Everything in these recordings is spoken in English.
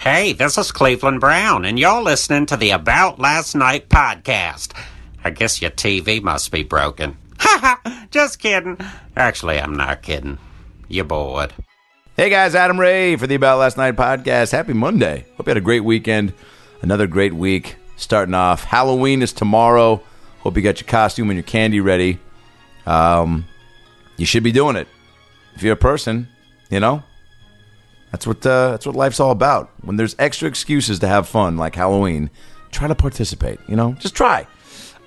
Hey, this is Cleveland Brown, and you're listening to the About Last Night podcast. I guess your TV must be broken. Ha ha! Just kidding. Actually, I'm not kidding. You're bored. Hey guys, Adam Ray for the About Last Night podcast. Happy Monday. Hope you had a great weekend. Another great week starting off. Halloween is tomorrow. Hope you got your costume and your candy ready. Um, you should be doing it. If you're a person, you know, that's what uh, that's what life's all about. When there's extra excuses to have fun, like Halloween, try to participate. You know, just try.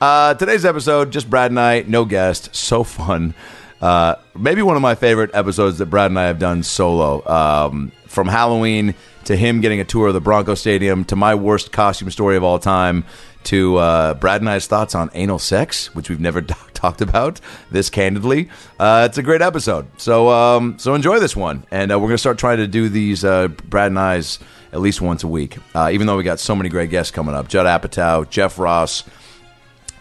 Uh, today's episode, just Brad and I, no guest, so fun. Uh, maybe one of my favorite episodes that Brad and I have done solo. Um, from Halloween to him getting a tour of the Bronco Stadium to my worst costume story of all time to uh, Brad and I's thoughts on anal sex, which we've never talk- talked about this candidly. Uh, it's a great episode. So um, so enjoy this one, and uh, we're gonna start trying to do these uh, Brad and I's at least once a week. Uh, even though we got so many great guests coming up: Judd Apatow, Jeff Ross,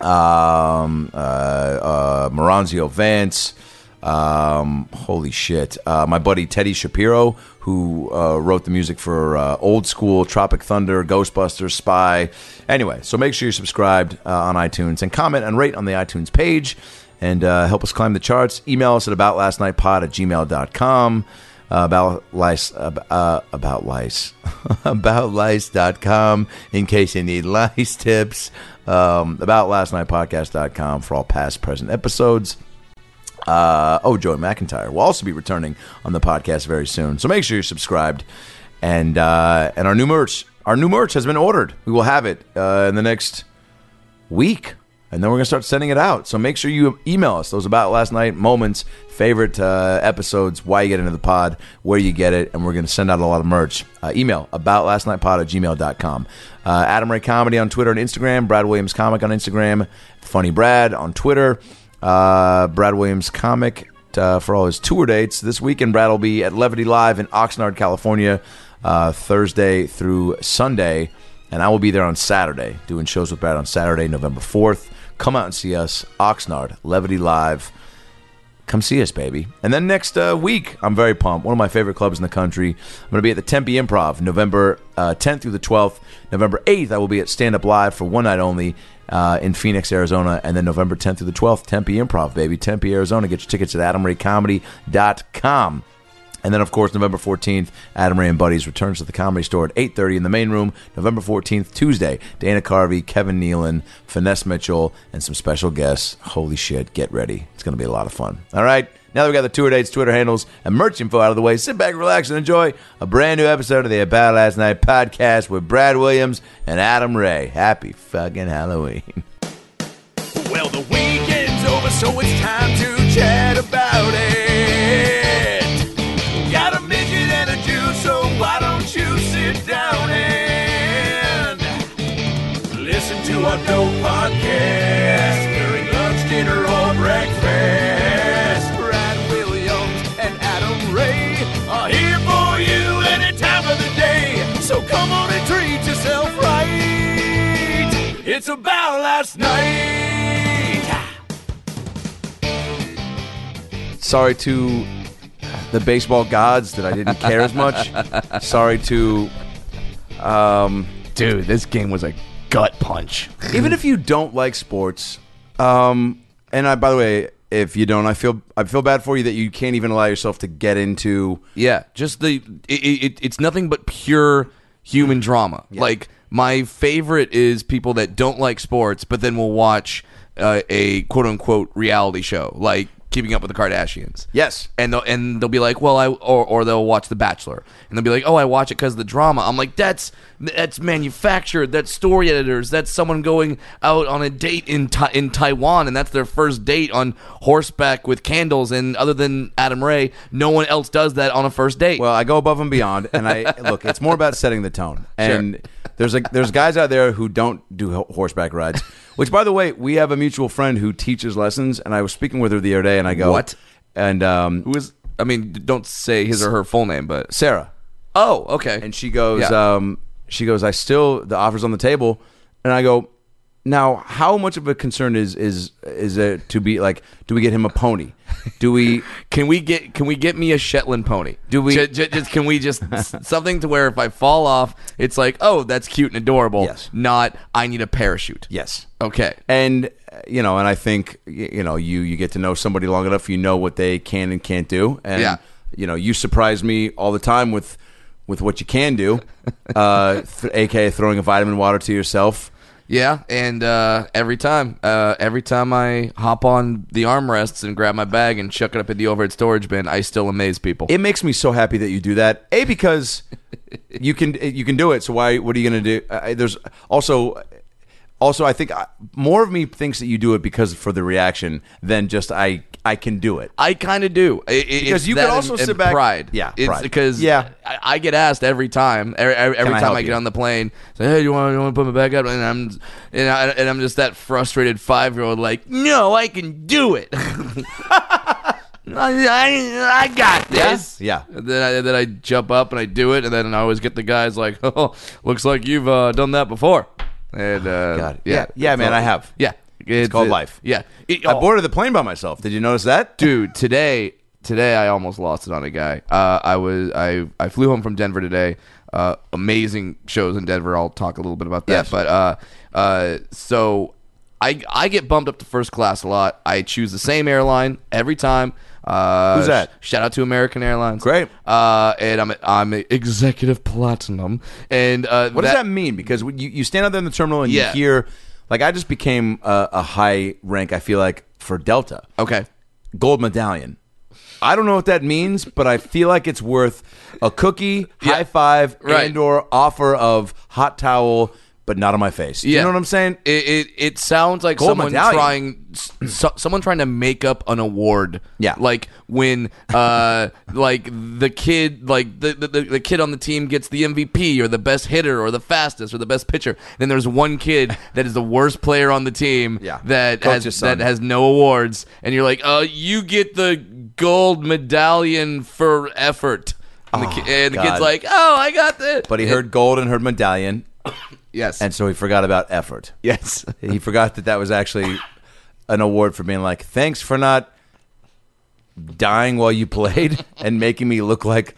um, uh, uh, Moranzio Vance. Um, holy shit. Uh, my buddy Teddy Shapiro, who uh, wrote the music for uh, Old School, Tropic Thunder, Ghostbusters, Spy. Anyway, so make sure you're subscribed uh, on iTunes and comment and rate on the iTunes page and uh, help us climb the charts. Email us at aboutlastnightpod at gmail.com. Uh, about lice, ab- uh, about lice, about lice.com in case you need lice tips. Um, about lastnightpodcast.com for all past, present episodes. Uh, oh, Joey McIntyre will also be returning on the podcast very soon. So make sure you're subscribed. And uh, and our new merch, our new merch has been ordered. We will have it uh, in the next week, and then we're gonna start sending it out. So make sure you email us those about last night moments, favorite uh, episodes, why you get into the pod, where you get it, and we're gonna send out a lot of merch. Uh, email about last night pod at gmail.com. Uh, Adam Ray Comedy on Twitter and Instagram, Brad Williams Comic on Instagram, Funny Brad on Twitter, uh, Brad Williams Comic uh, for all his tour dates this weekend. Brad will be at Levity Live in Oxnard, California, uh, Thursday through Sunday, and I will be there on Saturday doing shows with Brad on Saturday, November fourth. Come out and see us, Oxnard, Levity Live. Come see us, baby. And then next uh, week, I'm very pumped. One of my favorite clubs in the country. I'm going to be at the Tempe Improv November uh, 10th through the 12th. November 8th, I will be at Stand Up Live for one night only uh, in Phoenix, Arizona. And then November 10th through the 12th, Tempe Improv, baby. Tempe, Arizona. Get your tickets at adamraycomedy.com. And then, of course, November 14th, Adam Ray and Buddies returns to the Comedy Store at 8.30 in the main room. November 14th, Tuesday, Dana Carvey, Kevin Nealon, Finesse Mitchell, and some special guests. Holy shit, get ready. It's going to be a lot of fun. All right, now that we got the tour dates, Twitter handles, and merch info out of the way, sit back, relax, and enjoy a brand new episode of the About Last Night podcast with Brad Williams and Adam Ray. Happy fucking Halloween. Well, the weekend's over, so it's time to chat about it. Got a midget and a Jew, so why don't you sit down and listen to our dope podcast during lunch, dinner, or breakfast? Brad Williams and Adam Ray are here for you any time of the day. So come on and treat yourself right. It's about last night. sorry to the baseball gods that I didn't care as much. Sorry to Dude, this game was a gut punch. even if you don't like sports. Um, and I, by the way, if you don't, I feel I feel bad for you that you can't even allow yourself to get into. Yeah, just the it, it, it's nothing but pure human drama. Like my favorite is people that don't like sports, but then will watch uh, a quote unquote reality show like Keeping Up with the Kardashians. Yes. and they'll and they'll be like, well, I or or they'll watch The Bachelor and they'll be like, oh, I watch it because of the drama. I'm like, that's that's manufactured. That's story editors. That's someone going out on a date in Ta- in Taiwan and that's their first date on horseback with candles. And other than Adam Ray, no one else does that on a first date. Well, I go above and beyond, and I look. It's more about setting the tone. And there's a there's guys out there who don't do ho- horseback rides. Which, by the way, we have a mutual friend who teaches lessons, and I was speaking with her the other day, and I go, What? And um, Who is? I mean, don't say his or her full name, but Sarah, oh, okay. and she goes, Yeah. um, she goes, I still the offers on the table, and I go, now how much of a concern is is is it to be like, do we get him a pony? Do we? Can we get can we get me a Shetland pony? Do we- Ju- ju- just can we just something to where if I fall off, it's like oh that's cute and adorable. Yes. Not I need a parachute. Yes. Okay. and uh, you know, and I think y- you know, you you get to know somebody long enough, you know what they can and can't do, and Yeah. you know, you surprise me all the time with with what you can do, uh, th- aka throwing a vitamin water to yourself. Yeah, and uh, every time, uh, every time I hop on the armrests and grab my bag and chuck it up in the overhead storage bin, I still amaze people. It makes me so happy that you do that. A because you can you can do it. So why? What are you going to do? Uh, there's also also I think I, more of me thinks that you do it because for the reaction than just I I can do it. I kind of do. I- I- it's Because you could that also and- sit and back- Pride. Yeah, It's pride. because Yeah. I, I get asked every time. Every, every, every I time help I get you? on the plane, say, "Hey, you want you want to put my bag up?" And I'm and, I, and I'm just that frustrated five year old, like, "No, I can do it." I, I, I got this. Yeah. And then I, then I jump up and I do it, and then I always get the guys like, "Oh, looks like you've uh, done that before." And uh, God. yeah, Yeah. Yeah, man, I have. Yeah, it's, called life. Yeah, It- I oh, boarded the plane by myself. Did you notice that? dude today today i almost lost it on a guy uh, i was i i flew home from denver today uh, amazing shows in denver i'll talk a little bit about that Yes. but uh, uh, so I, I get bumped up to first class a lot. I choose the same airline every time. Uh, Who's that? sh- shout out to American Airlines. Great. Uh, and I'm I'm executive platinum. And uh, What does that mean? Because when you, you stand out there in the terminal and Yeah. you hear, like, I just became a, a high rank, I feel like, for Delta, Okay. gold medallion. I don't know what that means, but I feel like it's worth a cookie, Yeah. high five, Right. and or offer of hot towel, but not on my face. You know what I'm saying? It it, it sounds like Gold someone medallion. trying so, someone trying to make up an award. Yeah. like when uh like the kid like the, the the kid on the team gets the MVP or the best hitter or the fastest or the best pitcher. Then there's one kid that is the worst player on the team. Yeah. that Coach's has son. that has no awards, and you're like, uh, you get the gold medallion for effort. And the, ki- and the God. kid's like, oh, I got this. But he heard gold and heard medallion, yes, and so he forgot about effort. yes. He forgot that that was actually an award for being like, thanks for not dying while you played and making me look like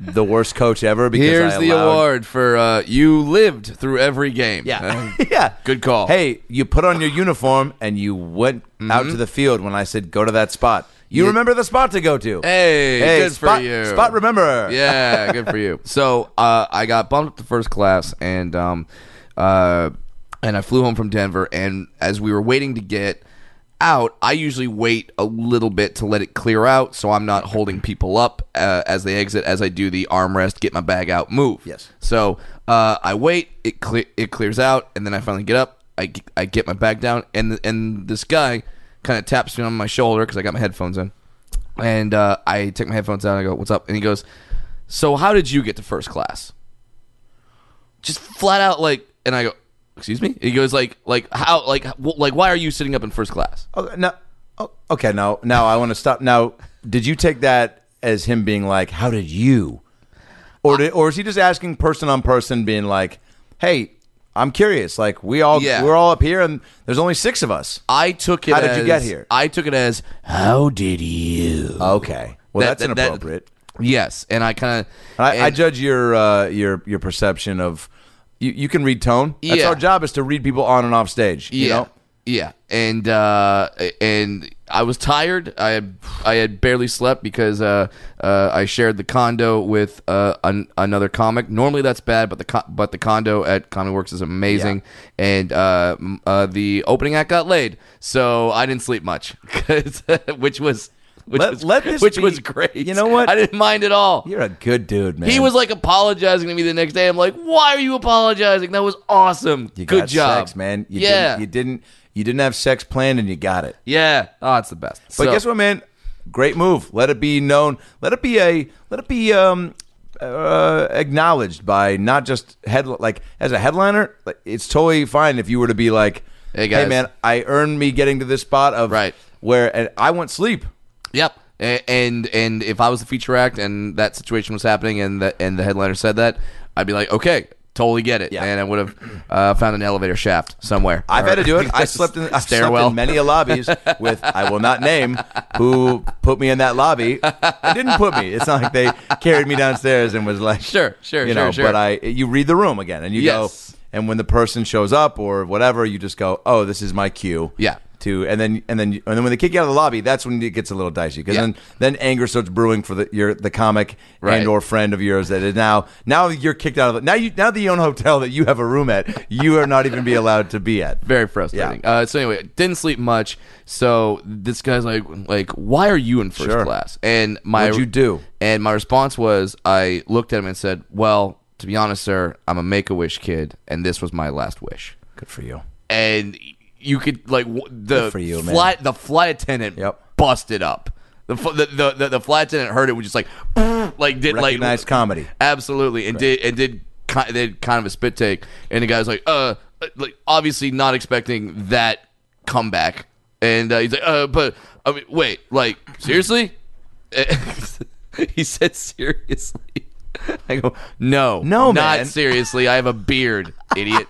the worst coach ever. Because Here's I the allowed- award for uh, you lived through every game. Yeah, Uh, yeah. good call. Mm-hmm. Hey, you put on your uniform and you went out to the field when I said go to that spot. You Yeah. remember the spot to go to. Hey, good for spot, you. Spot remember. yeah, good for you. So uh, I got bumped up to first class, and um, uh, and I flew home from Denver. And as we were waiting to get out, I usually wait a little bit to let it clear out, so I'm not holding people up uh, as they exit. As I do the armrest, get my bag out, move. Yes. So uh, I wait. It cle- it clears out, and then I finally get up. I, g- I get my bag down, and and this guy kind of taps me on my shoulder because I got my headphones in, and uh, I take my headphones out. And I go, "What's up?" And he goes, "So how did you get to first class?" Just flat out like, and I go, "Excuse me." He goes like like how like wh- like why are you sitting up in first class? Oh, no. Oh, okay. Now, now I want to stop. Now, did you take that as him being like, "How did you?" Or did, or is he just asking person on person, being like, "Hey, I'm curious. Like, we all Yeah. we're all up here, and there's only six of us." I took it. How did you as- get here? I took it as how did you? Okay. Well, That- that's that- that- inappropriate. Yes, and I kind of I, I judge your uh, your your perception of. You, you can read tone. That's Yeah. our job is to read people on and off stage. You Yeah. know? Yeah. And uh and I was tired. I had I had barely slept because uh, uh I shared the condo with uh an, another comic. Normally that's bad, but the co- but the condo at Comedy Works is amazing. And uh, m- uh the opening act got laid. So I didn't sleep much 'Cause- which was which Let- was let this which be- was great. you know what? I didn't mind at all. You're a good dude, man. He was like apologizing to me the next day. I'm like, "Why are you apologizing? That was awesome. You Good got job, sex, man. You yeah, Didn't, you didn't you didn't have sex planned, and you got it. yeah. Oh, it's the best. But guess what, man? Great move. Let it be known. Let it be a. Let it be um, uh, acknowledged by not just head like as a headliner. Like, it's totally fine if you were to be like, Hey, guys." man, I earned me getting to this spot of Right. where and I want sleep. Yep. A- And and if I was the feature act and that situation was happening and the and the headliner said that, I'd be like, okay, Totally get it. Yeah. And I would have uh, found an elevator shaft somewhere. I've Or- had to do it. I slept in I Stairwell. Slept in many lobbies with I will not name who put me in that lobby. They didn't put me. It's not like they carried me downstairs and was like, Sure, sure, you sure, know. sure. But I, you read the room again, and you Yes. go, and when the person shows up or whatever, you just go, oh, this is my cue. Yeah. To and then and then and then when they kick you out of the lobby, that's when it gets a little dicey because Yeah. then then anger starts brewing for the your the comic Right. and or friend of yours that is now now you're kicked out of the now you now that you own a hotel that you have a room at you are not even be allowed to be at Very frustrating. Uh, so anyway, didn't sleep much. So this guy's like, like, why are you in first Sure. class? And my What'd you do? And my response was, I looked at him and said, well, to be honest, sir, I'm a Make a Wish kid, and this was my last wish. Good for you. and you could like w- the Good for you, man. flight the flight attendant Yep. busted up. The, fu- the, the the the flight attendant heard it was just like like did like Recognized comedy. absolutely and did and did ki- they did kind of a spit take and the guy was like uh like obviously not expecting that comeback and uh, he's like uh but I mean wait like seriously he said seriously I go no No, not man." seriously I have a beard idiot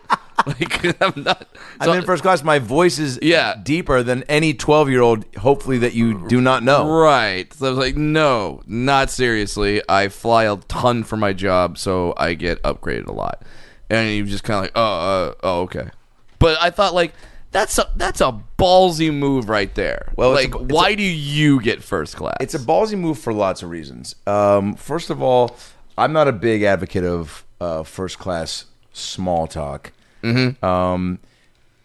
like I'm not so- I'm in first class. My voice is Yeah. deeper than any 12 year old. Hopefully that you do not know. Right. So I was like, no, not seriously. I fly a ton for my job, so I get upgraded a lot. And he was just kind of like, oh, uh, oh, okay. But I thought like that's a that's a ballsy move right there. Well, it's like, a- it's why do you get first class? It's a ballsy move for lots of reasons. Um, first of all, I'm not a big advocate of uh, first class small talk. Um,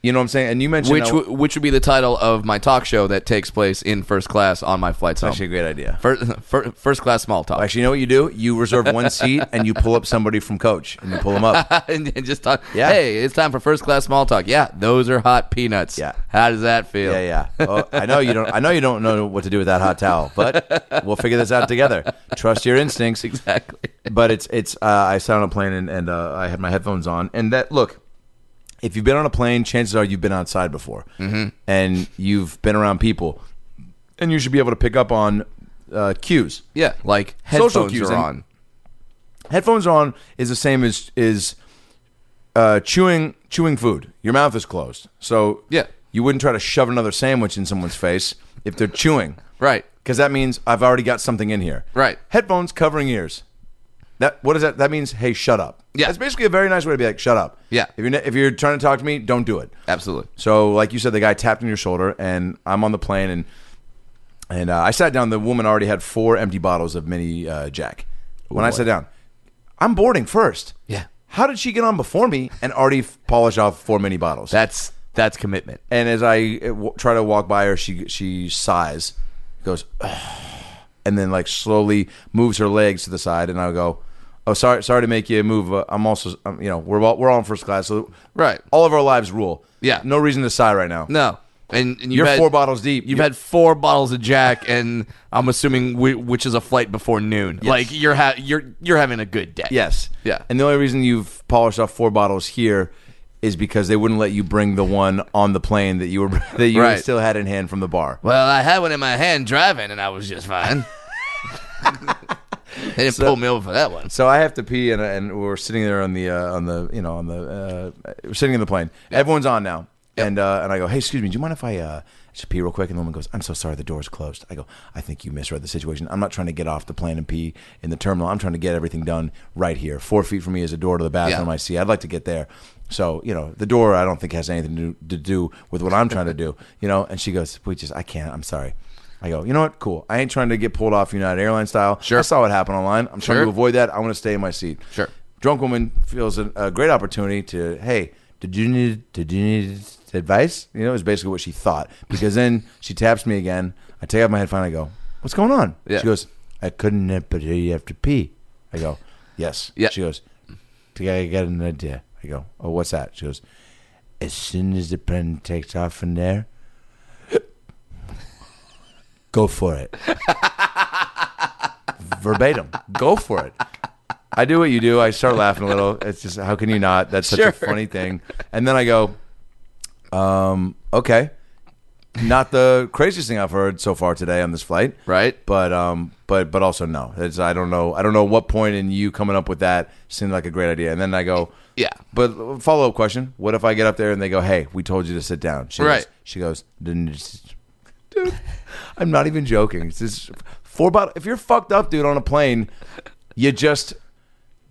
you know what I'm saying? And you mentioned Mm-hmm. which how- w- which would be the title of my talk show that takes place in first class on my flights home. actually a great idea. First, fir- first class small talk. Actually, you know what you do? You reserve one seat and you pull up somebody from coach and you pull them up. and, and just talk. Yeah. Hey, it's time for first class small talk. Yeah, those are hot peanuts. Yeah. How does that feel? Yeah, yeah. Oh, I know you don't. I know you don't know what to do with that hot towel, but we'll figure this out together. Trust your instincts. Exactly. But it's it's. Uh, I sat on a plane and, and uh, I had my headphones on, and that look. If you've been on a plane, chances are you've been outside before, Mm-hmm. and you've been around people, and you should be able to pick up on uh, cues. Yeah, like Social headphones cues are and- on. Headphones on is the same as is uh, chewing chewing food. Your mouth is closed, so Yeah. you wouldn't try to shove another sandwich in someone's face if they're chewing, Right. Because that means I've already got something in here, Right. Headphones covering ears. That what is that? That means hey, shut up. Yeah. that's basically a very nice way to be like, shut up. Yeah. if you're if you're trying to talk to me, don't do it. Absolutely. So, like you said, the guy tapped on your shoulder, and I'm on the plane, and and uh, I sat down. The woman already had four empty bottles of mini uh, Jack. When I boy. sat down, I'm boarding first. Yeah. How did she get on before me and already f- polish off four mini bottles? That's that's commitment. and as I uh, w- try to walk by her, she she sighs, goes, and then like slowly moves her legs to the side, and I go. Oh, sorry, sorry to make you move. Uh, I'm also, um, you know, we're all, we're all in first class, so Right. All of our lives rule. Yeah. no reason to sigh right now. No. And, and you've You're had, four bottles deep. You've had four bottles of Jack, and I'm assuming whi which is a flight before noon. Like you're ha- you're you're having a good day. yes, Yeah. And the only reason you've polished off four bottles here is because they wouldn't let you bring the one on the plane that you were that you Right. still had in hand from the bar. Well, I had one in my hand driving, and I was just fine. they didn't pull me over for that one. So I have to pee, and, and we're sitting there on the uh, on the you know on the uh, we're sitting in the plane. Everyone's on now, and uh, and I go, hey, excuse me, do you mind if I uh, just pee real quick? And the woman goes, I'm so sorry, the door's closed. I go, I think you misread the situation. I'm not trying to get off the plane and pee in the terminal. I'm trying to get everything done right here. Four feet from me is a door to the bathroom. Yeah. I see. I'd like to get there. So you know, the door I don't think has anything to, to do with what I'm trying to do. You know, and she goes, we just I can't. I'm sorry. I go, you know what? Cool. I ain't trying to get pulled off United Airlines style. Sure. I saw what happened online. I'm trying Sure. to avoid avoid that. I want to stay in my seat. Sure. Drunk woman feels a, a great opportunity to, hey, did you need did you need advice? You know, is basically what she thought. Because then she taps me again. I take out my headphone. I go, what's going on? Yeah. She goes, I couldn't, help but you have to pee. I go, yes. Yeah. She goes, I got an idea. I go, oh, what's that? She goes, as soon as the pen takes off from there, go for it. Verbatim. Go for it. I do what you do. I start laughing a little. It's just, how can you not? That's such Sure. a funny thing. And then I go, um, okay. not the craziest thing I've heard so far today on this flight, Right. But um, but but also no, it's I don't know. I don't know what point in you coming up with that seemed like a great idea, and then I go, Yeah. But follow up question: What if I get up there and they go, "Hey, we told you to sit down"? She Right. Goes, she goes, "Didn't you s- "Dude, I'm not even joking. It's just four bottle. If you're fucked up, dude, on a plane, you just."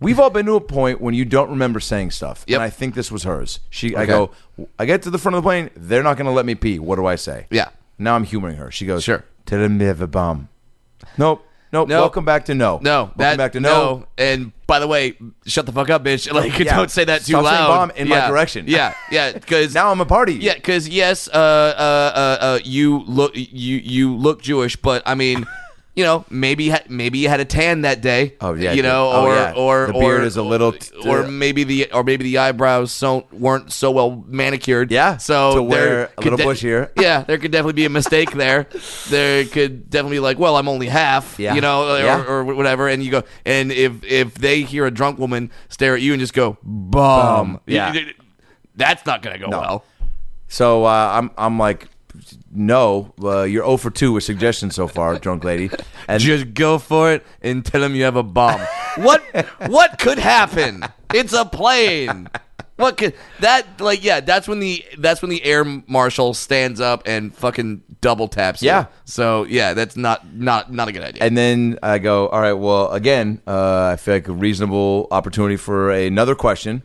We've all been to a point when you don't remember saying stuff, Yep. and I think this was hers. She, I Okay. go, I get to the front of the plane. They're not going to let me pee. What do I say? Yeah. Now I'm humoring her. She goes, Sure. Tell him they have a bomb. Nope. Nope. No. Welcome back to no. No, Welcome that, back to no. And by the way, shut the fuck up, bitch. Like, Yeah. don't say that too Stop saying loud. bomb in my Yeah. direction. Yeah, yeah, because Now I'm a party. Yeah, because yes, uh, uh, uh, uh, you look you you look Jewish, but I mean, you know, maybe ha- maybe you had a tan that day. Oh, yeah, you dude. know, Oh, or yeah. or The or- beard is a little t- or maybe the or maybe the eyebrows so weren't so well manicured. Yeah, so to wear there a could little bushier. Yeah, there could definitely be a mistake there. There could definitely be like, well, I'm only half. Yeah. you know, or, Yeah. or whatever. And you go, and if if they hear a drunk woman stare at you and just go bomb, Yeah. That's not gonna go well. So uh, I'm I'm like, no, uh, you're 0 for 2 with suggestions so far, drunk lady. And Just go for it and tell them you have a bomb. what what could happen? It's a plane. What could that like? Yeah, that's when the that's when the air marshal stands up and fucking double taps. you. Yeah. So yeah, that's not not not a good idea. and then I go, all right, well, again, uh, I feel like a reasonable opportunity for another question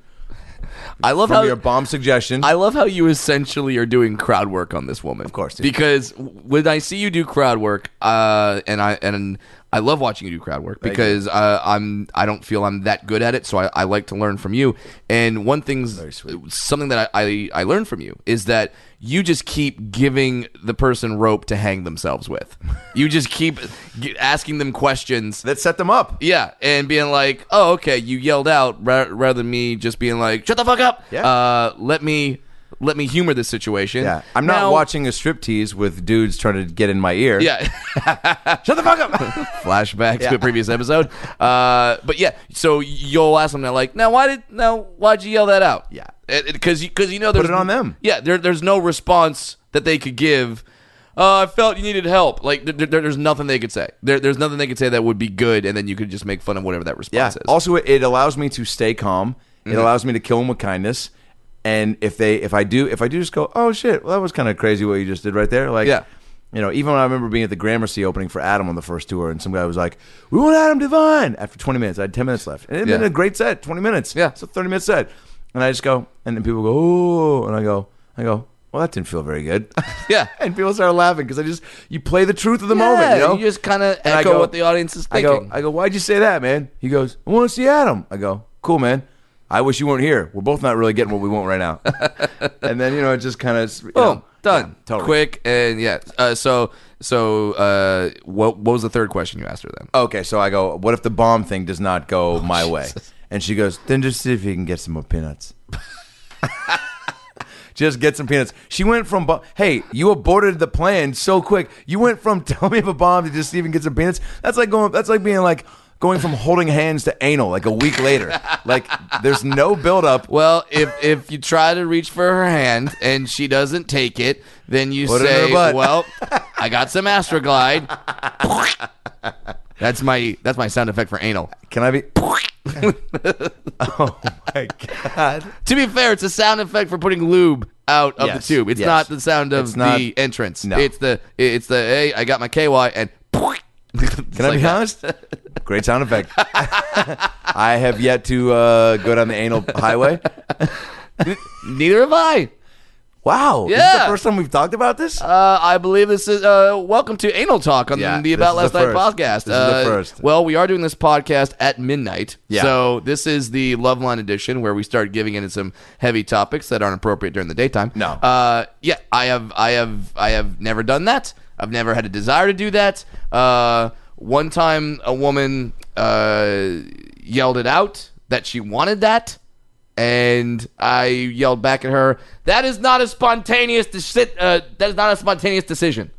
I love from how your bomb suggestion. I love how you essentially are doing crowd work on this woman. Of course, dude. because when I see you do crowd work, uh, and I and I love watching you do crowd work because uh, I'm I don't feel I'm that good at it, so I, I like to learn from you. And one thing's something that I, I I learned from you is that you just keep giving the person rope to hang themselves with. you just keep g- asking them questions that set them up. yeah, and being like, "Oh, okay, you yelled out," ra- rather than me just being like, "Shut the fuck up." Yeah. Uh, let me let me humor this situation. Yeah. I'm not Now- watching a striptease with dudes trying to get in my ear. Yeah. Shut the fuck up. Flashbacks to a previous episode. Uh, but yeah, so you'll ask them that, like, "Now why did now why'd you yell that out?" Yeah. because because you know there's it on them. Yeah, there, there's no response that they could give. Uh, I felt you needed help. Like there, there, there's nothing they could say. There, there's nothing they could say that would be good, and then you could just make fun of whatever that Yeah. response is. Also, it, it allows me to stay calm. Mm-hmm. It allows me to kill them with kindness. And if they, if I do, if I do just go, oh shit, well that was kind of crazy what you just did right there. Like, Yeah. You know, even when I remember being at the Gramercy opening for Adam on the first tour, and some guy was like, "We want Adam Devine." After 20 minutes, I had 10 minutes left, and it had been Yeah. a great set, 20 minutes. Yeah. it's a 30 minute set, and I just go, and then people go, "Oh," and I go, I go, "Well, that didn't feel very good." Yeah. and people start laughing because I just you play the truth of the Yeah, moment. You know, just kind of And I echo go- what the audience is I thinking. go, I go, why'd you say that, man? He goes, I want to see Adam. I go, cool, man. I wish you weren't here. We're both not really getting what we want right now. and then, you know, it just kind of, you Boom, know, done, yeah, totally. quick, and yeah. Uh, so, so uh, what what was the third question you asked her then? Okay, so I go, what if the bomb thing does not go my way? And she goes, then just see if you can get some more peanuts. just get some peanuts. She went from, bo- hey, you aborted the plan so quick. You went from tell me of a bomb to just see if you can get some peanuts. That's like going, that's like being like, Going from holding hands to anal like a week later, like there's no buildup. Well, if if you try to reach for her hand and she doesn't take it, then you Put it in say, her butt. "Well, I got some Astroglide." that's my that's my sound effect for anal. Can I be? oh my god! To be fair, it's a sound effect for putting lube out of Yes, the tube. It's yes. not the sound of It's not- the entrance. No. It's the it's the hey, I got my KY and. Can I be honest? Great sound effect. I have yet to uh, go down the anal highway. Neither have I. Wow! Is this Yeah. the first time we've talked about this? Uh, I believe this is uh, welcome to Anal Talk on Yeah, the this About is Last the Night first. podcast. Uh, This is the first. Well, we are doing this podcast at midnight, Yeah. so this is the Love Line edition where we start giving into some heavy topics that aren't appropriate during the daytime. No. Uh, yeah, I have, I have, I have never done that. I've never had a desire to do that. Uh, one time, a woman uh, yelled it out that she wanted that. And I yelled back at her, "That is not a spontaneous deci- uh, That is not a spontaneous decision.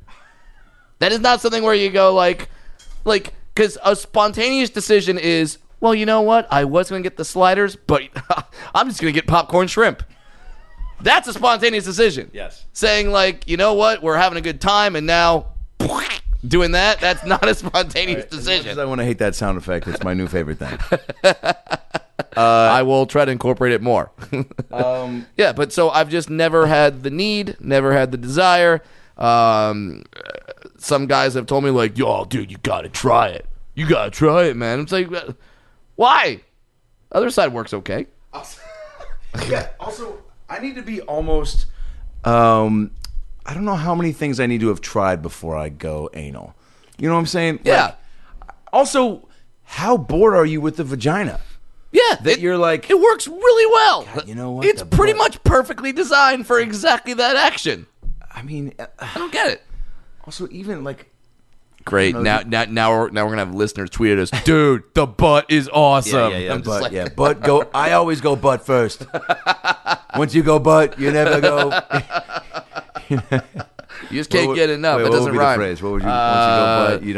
That is not something where you go like, like, because a spontaneous decision is, well, you know what? I was gonna get the sliders, but I'm just gonna get popcorn shrimp. That's a spontaneous decision. Yes. Saying like, you know what, we're having a good time, and now doing that. That's not a spontaneous Because decision. I want to hate that sound effect. It's my new favorite thing. I will try to incorporate it more. Um, yeah, but so I've just never had the need, never had the desire. Um, uh, some guys have told me like, "Yo, dude, you gotta try it. You gotta try it, man." It's like, uh, why? Other side works okay. yeah. Also, I need to be almost. Um, I don't know how many things I need to have tried before I go anal. You know what I'm saying? Yeah, Like, also, how bored are you with the vagina? yeah. That you're like, it works really well. God, you know what? It's The pretty butt- much perfectly designed for exactly that action. I mean, uh, I don't get it. also even like, Great. Now, now, now, we're, now we're gonna have listeners tweet at us, dude. The butt is awesome. I'm just butt, like, yeah, butt go. I always go butt first. Once you go butt, you never go. you just What can't would- get enough. wait, it what would doesn't be rhyme. Uh, The phrase? What would you? Once you go butt, you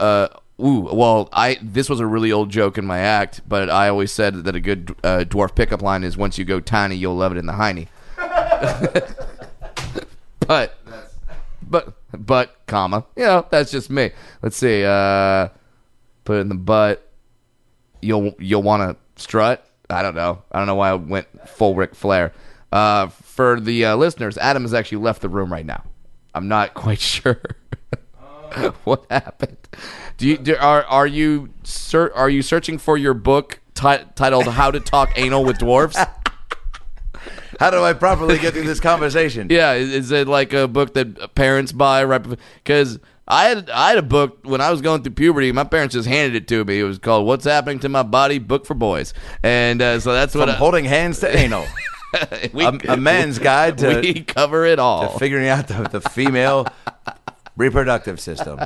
don't. Ooh, well, I this was a really old joke in my act, but I always said that a good uh, dwarf pickup line is once you go tiny, you'll love it in the hiney. but, but, but, comma, you know, that's just me. Let's see, uh, put it in the butt. You'll you'll want to strut. I don't know. I don't know why I went full Ric Flair. Uh, for the uh, listeners, Adam has actually left the room right now. I'm not quite sure what happened. Do you do, are are you ser- are you searching for your book ti- titled "How to Talk Anal with Dwarfs"? How do I properly get through this conversation? Yeah, is, is it like a book that parents buy right? Because I had I had a book when I was going through puberty. My parents just handed it to me. It was called "What's Happening to My Body: Book for Boys," and uh, so that's what From holding hands to anal. I, we, a, a man's guide to, we cover it all. to figuring out the, the female reproductive system.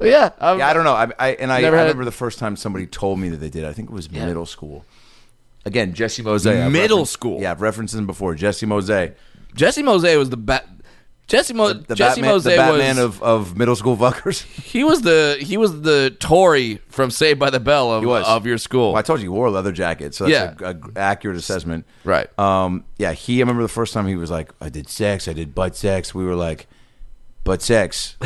yeah, I'm- Yeah, I don't know. I, I and I, I Never had- remember the first time somebody told me that they did. I think it was middle school. Again, Jesse Mosey. Middle school? Yeah, I've referenced him before. Jesse Mosey, Jesse Mose was the bat. Jesse Mo- the Jesse Batman, Mose the Batman was of, of middle school fuckers. He was the he was the Tory from Saved by the Bell of, was. of your school. Well, I told you he wore a leather jacket, so that's Yeah. a, a accurate assessment. Right. Um, yeah, he. I remember the first time he was like, "I did sex. I did butt sex." We were like, "Butt sex."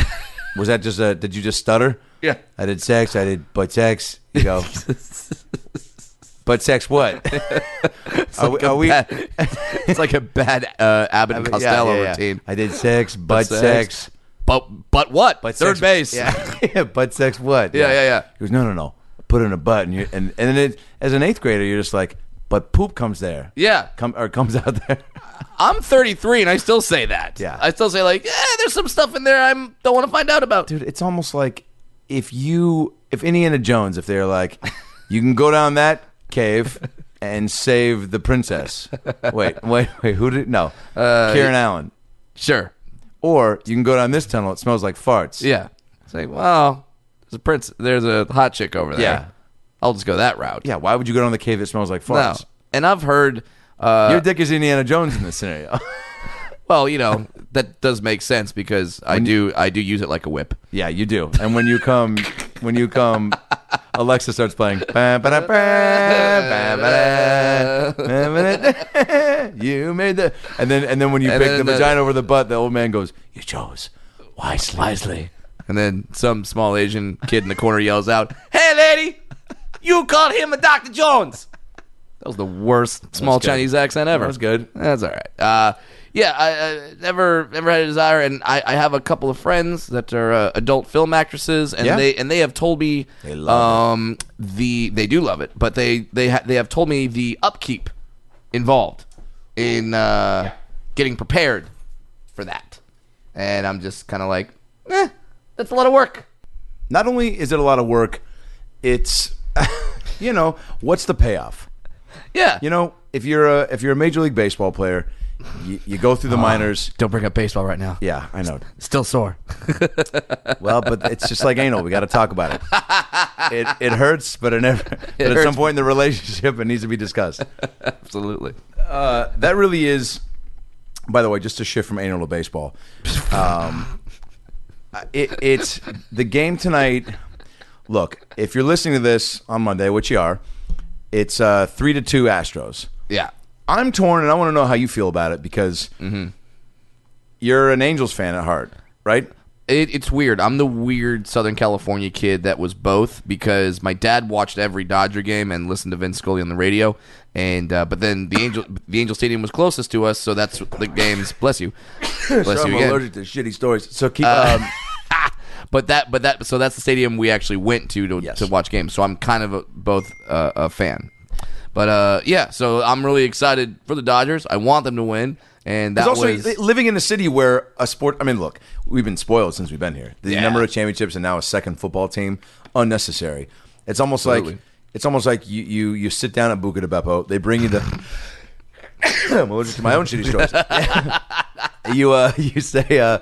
was that just a? Did you just stutter? Yeah. I did sex. I did butt sex. You go. butt sex. What? are we? Are we Bad- it's like a bad uh, Abbott and yeah, Costello yeah, yeah. routine. I did sex. Butt, sex. sex. But but what? Butt Third sex- base. Yeah. yeah. Butt sex. What? Yeah, yeah, yeah. He goes, no, no, no. Put it in a butt, and you and and then it, as an eighth grader, you're just like, but poop comes there. Yeah. Come or comes out there. I'm 33 and I still say that. Yeah. I still say like, eh, there's some stuff in there I don't want to find out about. dude it's almost like if you if indiana jones if they're like you can go down that cave and save the princess wait wait wait who did no Uh, karen allen Sure. or you can go down this tunnel it smells like farts Yeah. It's like, well, there's a prince. There's a hot chick over there. Yeah. I'll just go that route. yeah why would you go down the cave that smells like No. farts And I've heard. Uh, your dick is indiana jones in this scenario well, you know that does make sense because I do I do use it like a whip. yeah you do and when you come when you come alexa starts playing "Ba, ba, da, ba, ba, ba, da, ba, ba, da." you made the and then and then when you And pick then the the- vagina over the butt the old man goes you chose wisely wisely And then some small Asian kid in the corner yells out, "Hey, lady, you called him a Dr. Jones." That was the worst small good. Chinese accent ever. That was good. That's all right. Uh, yeah, I, I never never had a desire, and I, I have a couple of friends that are uh, adult film actresses, and Yeah. they and they have told me They love um the they do love it, but they they ha- they have told me the upkeep involved in uh, getting prepared for that, and I'm just kind of like, eh, that's a lot of work. not only is it a lot of work it's you know what's the payoff Yeah, you know if you're a if you're a major league baseball player you, you go through the Uh-huh. minors Um, Don't bring up baseball right now. yeah i know Still sore. Well, but it's just like anal. We got to talk about it. It, it hurts, but it never. but at some hurts. point in the relationship, it needs to be discussed. Uh, Absolutely. That really is. By the way, just to shift from anal to baseball, um, it, it's the game tonight. Look, if you're listening to this on Monday, which you are, it's uh, three to two Astros. Yeah. I'm torn, and I want to know how you feel about it because Mm-hmm. you're an Angels fan at heart, right? It, it's weird. I'm the weird Southern California kid that was both because my dad watched every Dodger game and listened to Vince Scully on the radio, and uh, but then the Angel the Angel Stadium was closest to us, so that's the games. Bless you, bless I'm you again. Uh, allergic to shitty stories. So keep. um, But that, but that, so that's the stadium we actually went to to, Yes. to watch games. So I'm kind of a, both uh, a fan. But uh, yeah, so I'm really excited for the Dodgers. I want them to win, and that It's also was living in a city where a sport. I mean, look, we've been spoiled since we've been here. The number of championships and now a second football team unnecessary. It's almost like Absolutely. it's almost like you you you sit down at Buca de Beppo. They bring you the. I'm allergic to my own shitty stories. you uh you say uh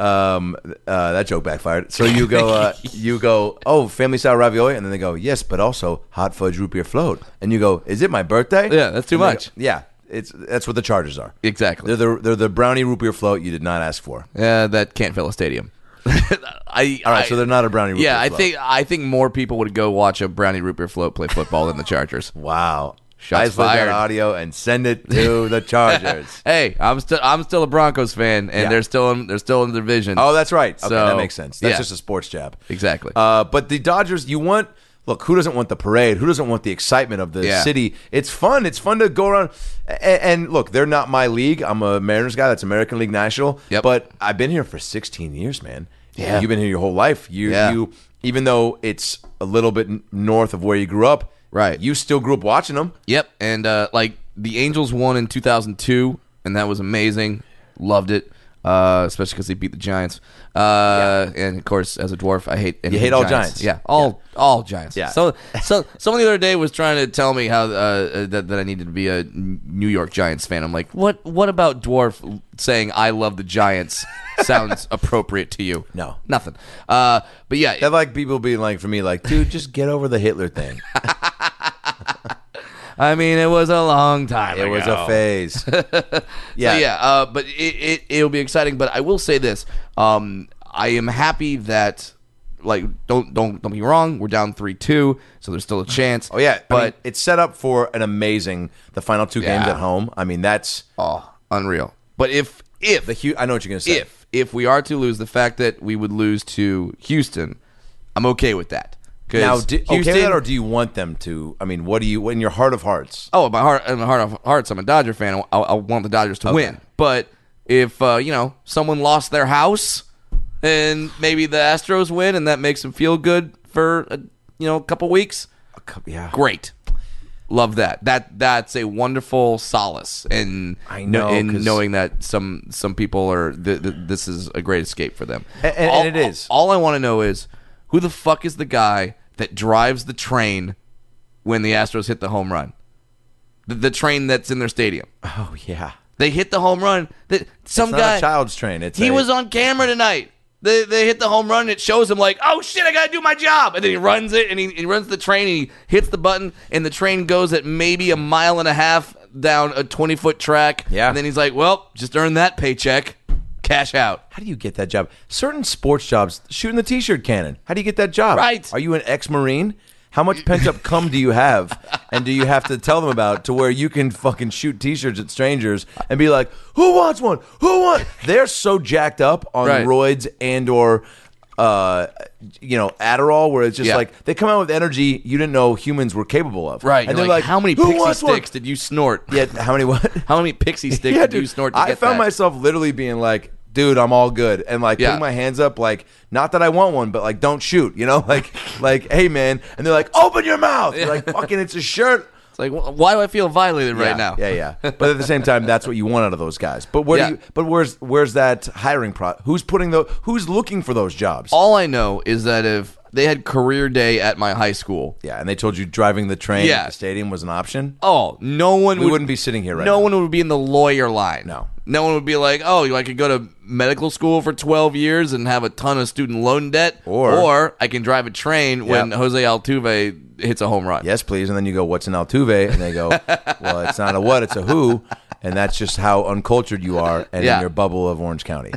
um uh that joke backfired. So you go uh you go oh family style ravioli and then they go yes but also hot fudge root beer float and you go is it my birthday Yeah, that's too And they much. go, yeah it's that's what the Chargers are Exactly. they're the they're the brownie root beer float you did not ask for. uh, that can't fill a stadium. I All right, I- so they're not a brownie root Yeah, beer I float. think I think more people would go watch a brownie root beer float play football than the Chargers. Wow. Shots Isolate that fired. audio and send it to the Chargers. Hey, I'm still I'm still a Broncos fan, and Yeah. they're still in they're still in the division. oh, that's right. Okay, So, that makes sense. That's yeah. just a sports jab. exactly. Uh, but the Dodgers, you want look. Who doesn't want the parade? Who doesn't want the excitement of the Yeah. city? It's fun. It's fun to go around. And, and look, they're not my league. I'm a Mariners guy. That's American League National. Yep. But I've been here for 16 years, man. Yeah. You've been here your whole life. You, Yeah. you, even though it's a little bit n- north of where you grew up, Right. You still grew up watching them. Yep, and uh, like the Angels won in 2002, and that was amazing. Loved it, uh, especially because they beat the Giants. Uh, And of course, as a dwarf, I hate you hate all Giants. Yeah, all all Giants. Yeah. So so someone the other day was trying to tell me how uh, that, that I needed to be a New York Giants fan. I'm like, what what about dwarf saying I love the Giants sounds appropriate to you? No. nothing. Uh, but yeah, That like people being like for me, like, dude, just get over the Hitler thing. I mean, it was a long time. It ago. was a phase. So, yeah, yeah, uh, but it, it it'll be exciting. But I will say this: um, I am happy that like don't don't don't be wrong. We're down three two, so there's still a chance. Oh yeah, but but it's set up for an amazing the final two games Yeah. at home. I mean, that's oh, unreal. But if if the huge. I know what you're gonna say. if if we are to lose, the fact that we would lose to Houston, I'm okay with that. 'Cause now, do, okay with Houston- that, or do you want them to? I mean, what do you in your heart of hearts? oh, in my heart, in my heart of hearts, I'm a Dodger fan. I, I want the Dodgers to win. But if uh, you know someone lost their house, and maybe the Astros win, and that makes them feel good for a, you know a couple weeks, yeah, great. Love that. That that's a wonderful solace, and I know, in 'cause- knowing that some some people are th- th- this is a great escape for them. A- and- all, and it is. All I want to know is who the fuck is the guy that drives the train when the Astros hit the home run? The, the train that's in their stadium. oh yeah. They hit the home run. That some It's not guy a child's train. It's he a- was on camera tonight. They, they hit the home run. And it shows him like, oh shit, I gotta do my job. And then he runs it, and he, he runs the train, and he hits the button, and the train goes at maybe a mile and a half down a twenty foot track. Yeah. And then he's like, well, just earn that paycheck, cash out. How do you get that job? Certain sports jobs, shooting the t-shirt cannon. How do you get that job? Right. Are you an ex-marine? How much pent-up cum do you have, and do you have to tell them about to where you can fucking shoot t-shirts at strangers and be like, "Who wants one? Who wants?" They're so jacked up on Right. roids and or, uh, you know, Adderall, where it's just Yeah. like they come out with energy you didn't know humans were capable of. Right. And you're they're like, how many "Who pixie wants one?" sticks did you snort? Yeah. How many what? How many pixie sticks did you snort? To I get found that? myself literally being like, dude, I'm all good. And like Yeah. putting my hands up, like, not that I want one, but like, don't shoot, you know? Like, like, hey, man. And they're like, open your mouth. You're like, fucking, it's a shirt. It's like, wh- why do I feel violated Yeah, right now? Yeah, yeah. But at the same time, that's what you want out of those guys. But where Yeah. do you, but where's, where's that hiring pro? Who's putting the, who's looking for those jobs? All I know is that if they had career day at my high school, yeah. And they told you driving the train Yeah. at the stadium was an option. oh, no one we would wouldn't be sitting here right no now. one would be in the lawyer line. No. No one would be like, oh, you know, I could go to medical school for 12 years and have a ton of student loan debt. Or- I can drive a train when Yep. Jose Altuve hits a home run. yes, please. And then you go, what's an Altuve? And they go, well, it's not a what, it's a who. And that's just how uncultured you are and in Yeah. your bubble of Orange County.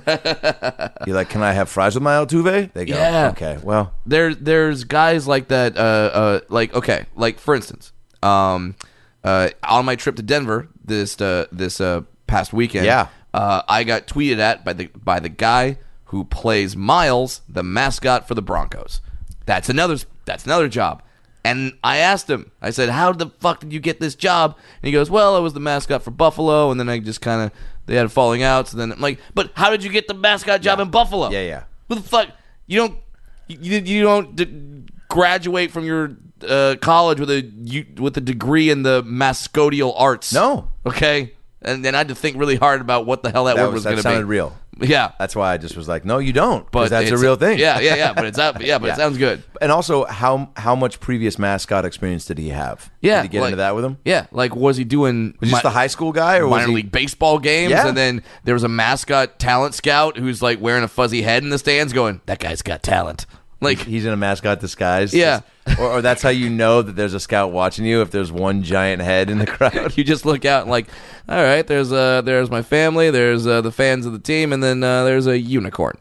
You're like, can I have fries with my Altuve? They go, Yeah. okay, well, There, there's guys like that, uh, uh, like, okay, like, for instance, um, uh, on my trip to Denver this uh, this uh, past weekend. Yeah. uh, I got tweeted at by the by the guy who plays Miles, the mascot for the Broncos. That's another that's another job. And I asked him. I said, "How the fuck did you get this job?" And he goes, "Well, I was the mascot for Buffalo, and then I just kind of they had a falling out. So then I'm like, but how did you get the mascot job in Buffalo? Yeah, yeah. What the fuck? You don't you, you don't d- graduate from your uh, college with a you, with a degree in the mascotial arts. No. Okay. And then I had to think really hard about what the hell that, That word was- was, that going to be. sounded real. Yeah. That's why I just was like, no, you don't, because that's a it's- real thing. Yeah, yeah, yeah. But it's up. Yeah, but it sounds good. And also, how how much previous mascot experience did he have? Yeah. did he get like- into that with him? Yeah. Like, was he doing Was he just mi- the high school guy, or was minor he? league baseball games? Yeah. And then there was a mascot talent scout who's like wearing a fuzzy head in the stands, going, "That guy's got talent." Like, He's in a mascot disguise. Yeah. Just- or, or that's how you know that there's a scout watching you if there's one giant head in the crowd. you just look out and like, all right, there's uh, there's my family, there's uh, the fans of the team, and then uh, there's a unicorn.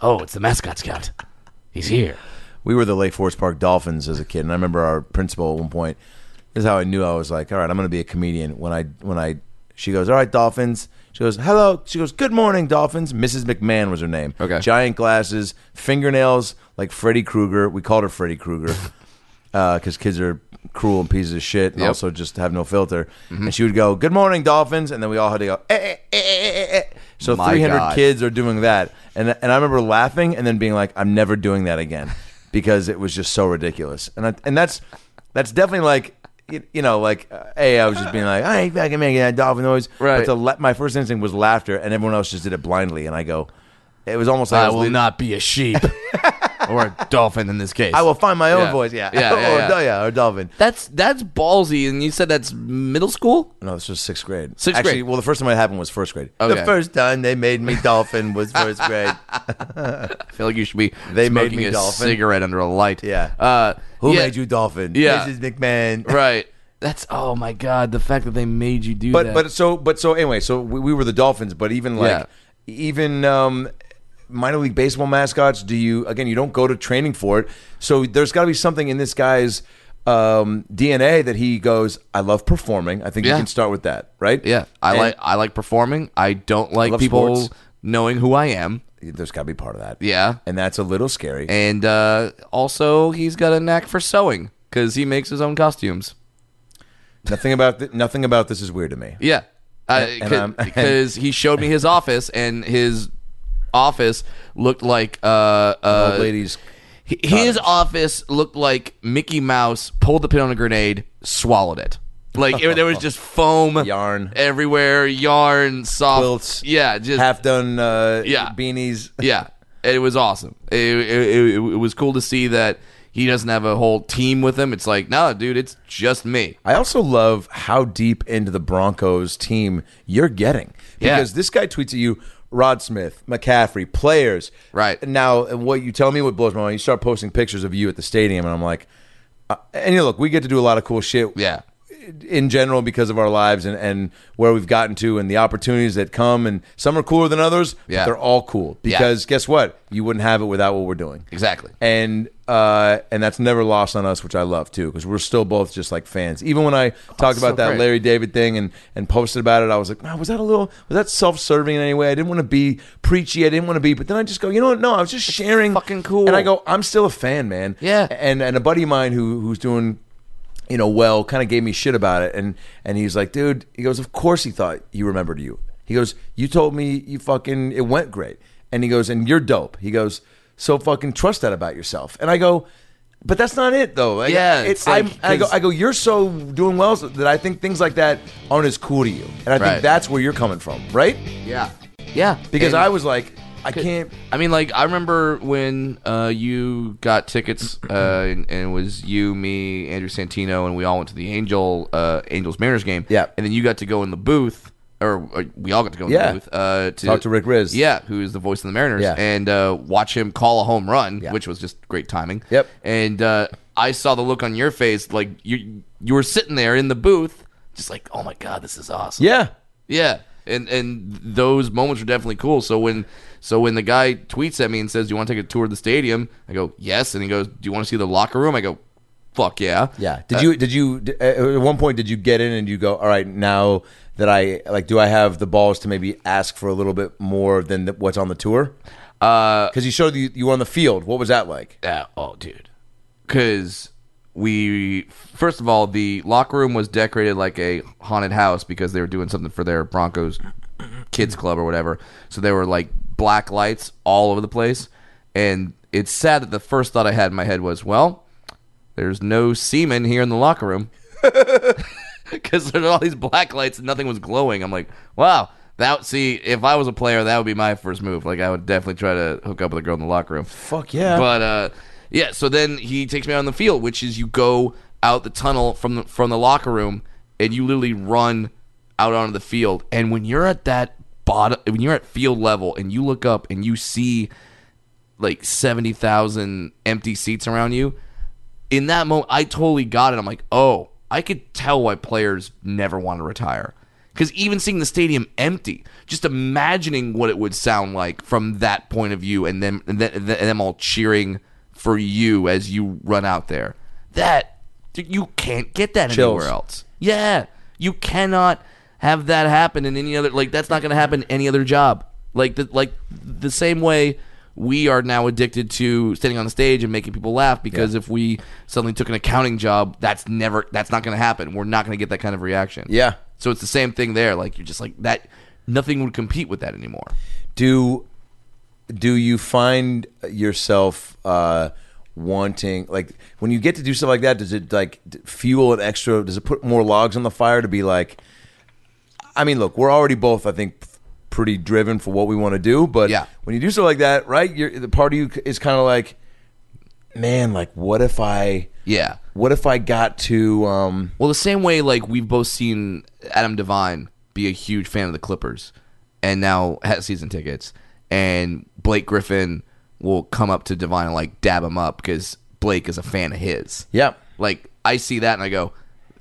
oh, it's the mascot scout. He's here. we were the Lake Forest Park Dolphins as a kid, and I remember our principal at one point. This is how I knew I was like, all right, I'm going to be a comedian. When I when I she goes, all right, Dolphins. She goes, hello. She goes, good morning, Dolphins. Mrs. McMahon was her name. Okay. Giant glasses, fingernails like Freddy Krueger. We called her Freddy Krueger because kids are cruel and pieces of shit, and Yep. Mm-hmm. also just have no filter. And she would go, good morning, Dolphins, and then we all had to go. Eh, eh, eh, eh, eh, eh. So My 300 God. kids kids are doing that. And and I remember laughing and then being like, I'm never doing that again because it was just so ridiculous. And I, and that's that's definitely like you, you know like uh, hey, I was just being like, I ain't fucking making that dolphin noise. But Right. the, la- my first instinct was laughter, and everyone else just did it blindly. And I go, it was almost like I, I was will lead- not be a sheep or a dolphin in this case. I will find my own Yeah. voice. Yeah, Yeah, yeah, or, yeah. do- or dolphin. That's that's ballsy, and you said that's middle school. No, this was sixth grade. Sixth Actually, grade. Well, the first time it happened was first grade. The Okay. first time they made me dolphin was first grade. I feel like you should be They made smoking me a dolphin. cigarette under a light. Yeah. Uh, Who yeah, made you dolphin? Yeah. Mrs. McMahon. right? That's oh my god, the fact that they made you do but that. but so but so anyway so we, we were the dolphins but even like even um minor league baseball mascots do you again you don't go to training for it so there's got to be something in this guy's um dna that he goes i love performing i think you Yeah. can start with that right yeah, I And like I like performing. I don't like love people sports. knowing who I am. there's got to be part of that Yeah. and that's a little scary and uh, also he's got a knack for sewing because he makes his own costumes. nothing about th- nothing about this is weird to me Yeah, And I'm- because he showed me his office, and his office looked like uh, uh, old ladies h- His office looked like Mickey Mouse pulled the pin on a grenade, swallowed it. Like it- there was just foam, Yarn. everywhere, yarn, soft Quilts. Yeah, just half done uh Yeah. beanies yeah, it was awesome. It, it, it, it was cool to see that he doesn't have a whole team with him. It's like, no, dude, it's just me. I also love how deep into the Broncos team you're getting Yeah. because this guy tweets at you. Rod Smith, McCaffrey, players. Right. Now, and what you tell me what blows my mind, you start posting pictures of you at the stadium, and I'm like, uh, and you know, look, we get to do a lot of cool shit Yeah. in general because of our lives and, and where we've gotten to and the opportunities that come. And some are cooler than others, Yeah. but they're all cool Yeah. because guess what? You wouldn't have it without what we're doing. Exactly. And uh, and that's never lost on us, which I love too, because we're still both just like fans. Even when I talked about so that great. Larry David thing and, and posted about it, I was like, "Wow, was that a little was that self serving in any way? I didn't want to be preachy. I didn't want to be, but then I just go, you know what? No, I was just sharing. fucking cool. And I go, I'm still a fan, man. Yeah. And and a buddy of mine who who's doing you know, well, kind of gave me shit about it. And and he's like, dude, he goes, of course he thought he remembered you. He goes, you told me you fucking it went great. And he goes, and you're dope. He goes, so fucking trust that about yourself. And I go, but that's not it though. Like, Yeah, it's it's like- I'm- I go, I go, you're so doing well so- that I think things like that aren't as cool to you. And I think Right. that's where you're coming from, right? Yeah. Yeah. Because And- I was like, I can't. I mean, like I remember when uh, you got tickets, uh, and, and it was you, me, Andrew Santino, and we all went to the Angel uh, Angels Mariners game. Yeah. and then you got to go in the booth, or, or we all got to go in Yeah. the booth uh, to Talk to Rick Riz. Yeah, who is the voice of the Mariners, Yeah. and uh, watch him call a home run, Yeah. which was just great timing. Yep. And uh, I saw the look on your face, like you you were sitting there in the booth, just like, oh my god, this is awesome. Yeah. Yeah, and and those moments are definitely cool. So when so when the guy tweets at me and says, "Do you want to take a tour of the stadium?" I go, "Yes," and he goes, "Do you want to see the locker room?" I go, fuck yeah. Yeah. Did you did you d- uh, at one point did you get in and you go all right now that I like do I have the balls to maybe ask for a little bit more than the, what's on the tour? Because you showed you you were on the field. What was that like? Yeah. Oh, dude. Because we, first of all, the locker room was decorated like a haunted house because they were doing something for their Broncos kids club or whatever. So there were like black lights all over the place. And it's sad that the first thought I had in my head was, well, there's no semen here in the locker room. Because there's all these black lights and nothing was glowing. I'm like, wow. That see, if I was a player, that would be my first move. Like I would definitely try to hook up with a girl in the locker room. Fuck yeah. But uh, yeah, so then he takes me out on the field, which is you go out the tunnel from the, from the locker room and you literally run out onto the field. And when you're at that bottom, when you're at field level, and you look up and you see like seventy thousand empty seats around you, in that moment, I totally got it. I'm like, oh, I could tell why players never want to retire. Because even seeing the stadium empty, just imagining what it would sound like from that point of view, and them and them, and them all cheering for you as you run out there, that you can't get that Chills. anywhere else. Yeah, you cannot have that happen in any other. Like that's not going to happen in any other job. Like the like the same way we are now addicted to standing on the stage and making people laugh because if we suddenly took an accounting job, that's never that's not going to happen. We're not going to get that kind of reaction. Yeah. So it's the same thing there. Like you're just like that. Nothing would compete with that anymore. do do you find yourself uh wanting like when you get to do stuff like that does it like d- fuel an extra does it put more logs on the fire to be like i mean look we're already both i think p- pretty driven for what we want to do but Yeah. when you do stuff like that right you're, the part of you c- is kind of like man like what if i Yeah. what if i got to um Well, the same way like we've both seen Adam Devine be a huge fan of the Clippers, and now has season tickets, and Blake Griffin will come up to Devine and like dab him up because Blake is a fan of his. yeah Like I see that and I go,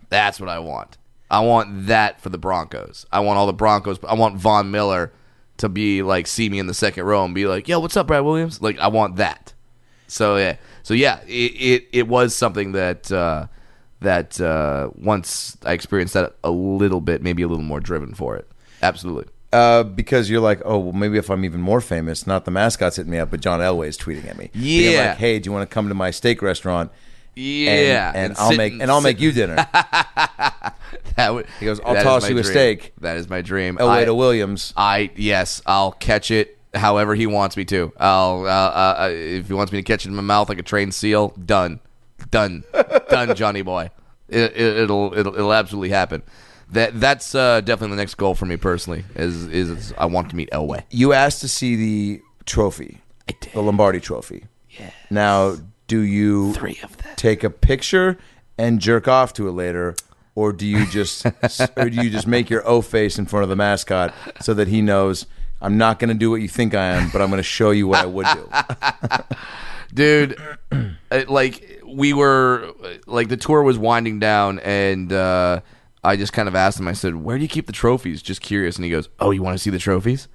that's what I want. I want that for the Broncos. I want all the Broncos. I want Von Miller to be like see me in the second row and be like, "Yo, what's up, Brad Williams?" Like I want that. So yeah, so yeah, it it, it was something that uh, that uh, once I experienced that a little bit, maybe a little more driven for it. Absolutely. Uh, because you're like, oh, well, maybe if I'm even more famous, not the mascots hitting me up, but John Elway is tweeting at me. Being Yeah. like, hey, do you want to come to my steak restaurant? And- Yeah, and, I'll make and I'll make you dinner. That would, He goes, "I'll that is toss my you a dream. steak." Oh, That is my dream. Elway I- to Williams. I yes, I'll catch it however he wants me to. I'll uh, uh, uh, if he wants me to catch it in my mouth like a trained seal, done, done, done, Johnny boy. It, it, it'll it'll it'll absolutely happen. That that's uh, definitely the next goal for me personally. Is is I want to meet Elway. You asked to see the trophy, I did. the Lombardi Trophy. Yeah. Now, do you Three of them. take a picture and jerk off to it later, or do you just or do you just make your O face in front of the mascot so that he knows I'm not going to do what you think I am, but I'm going to show you what I would do. dude it- like we were uh, like the tour was winding down and uh i just kind of asked him i said where do you keep the trophies just curious and he goes oh you want to see the trophies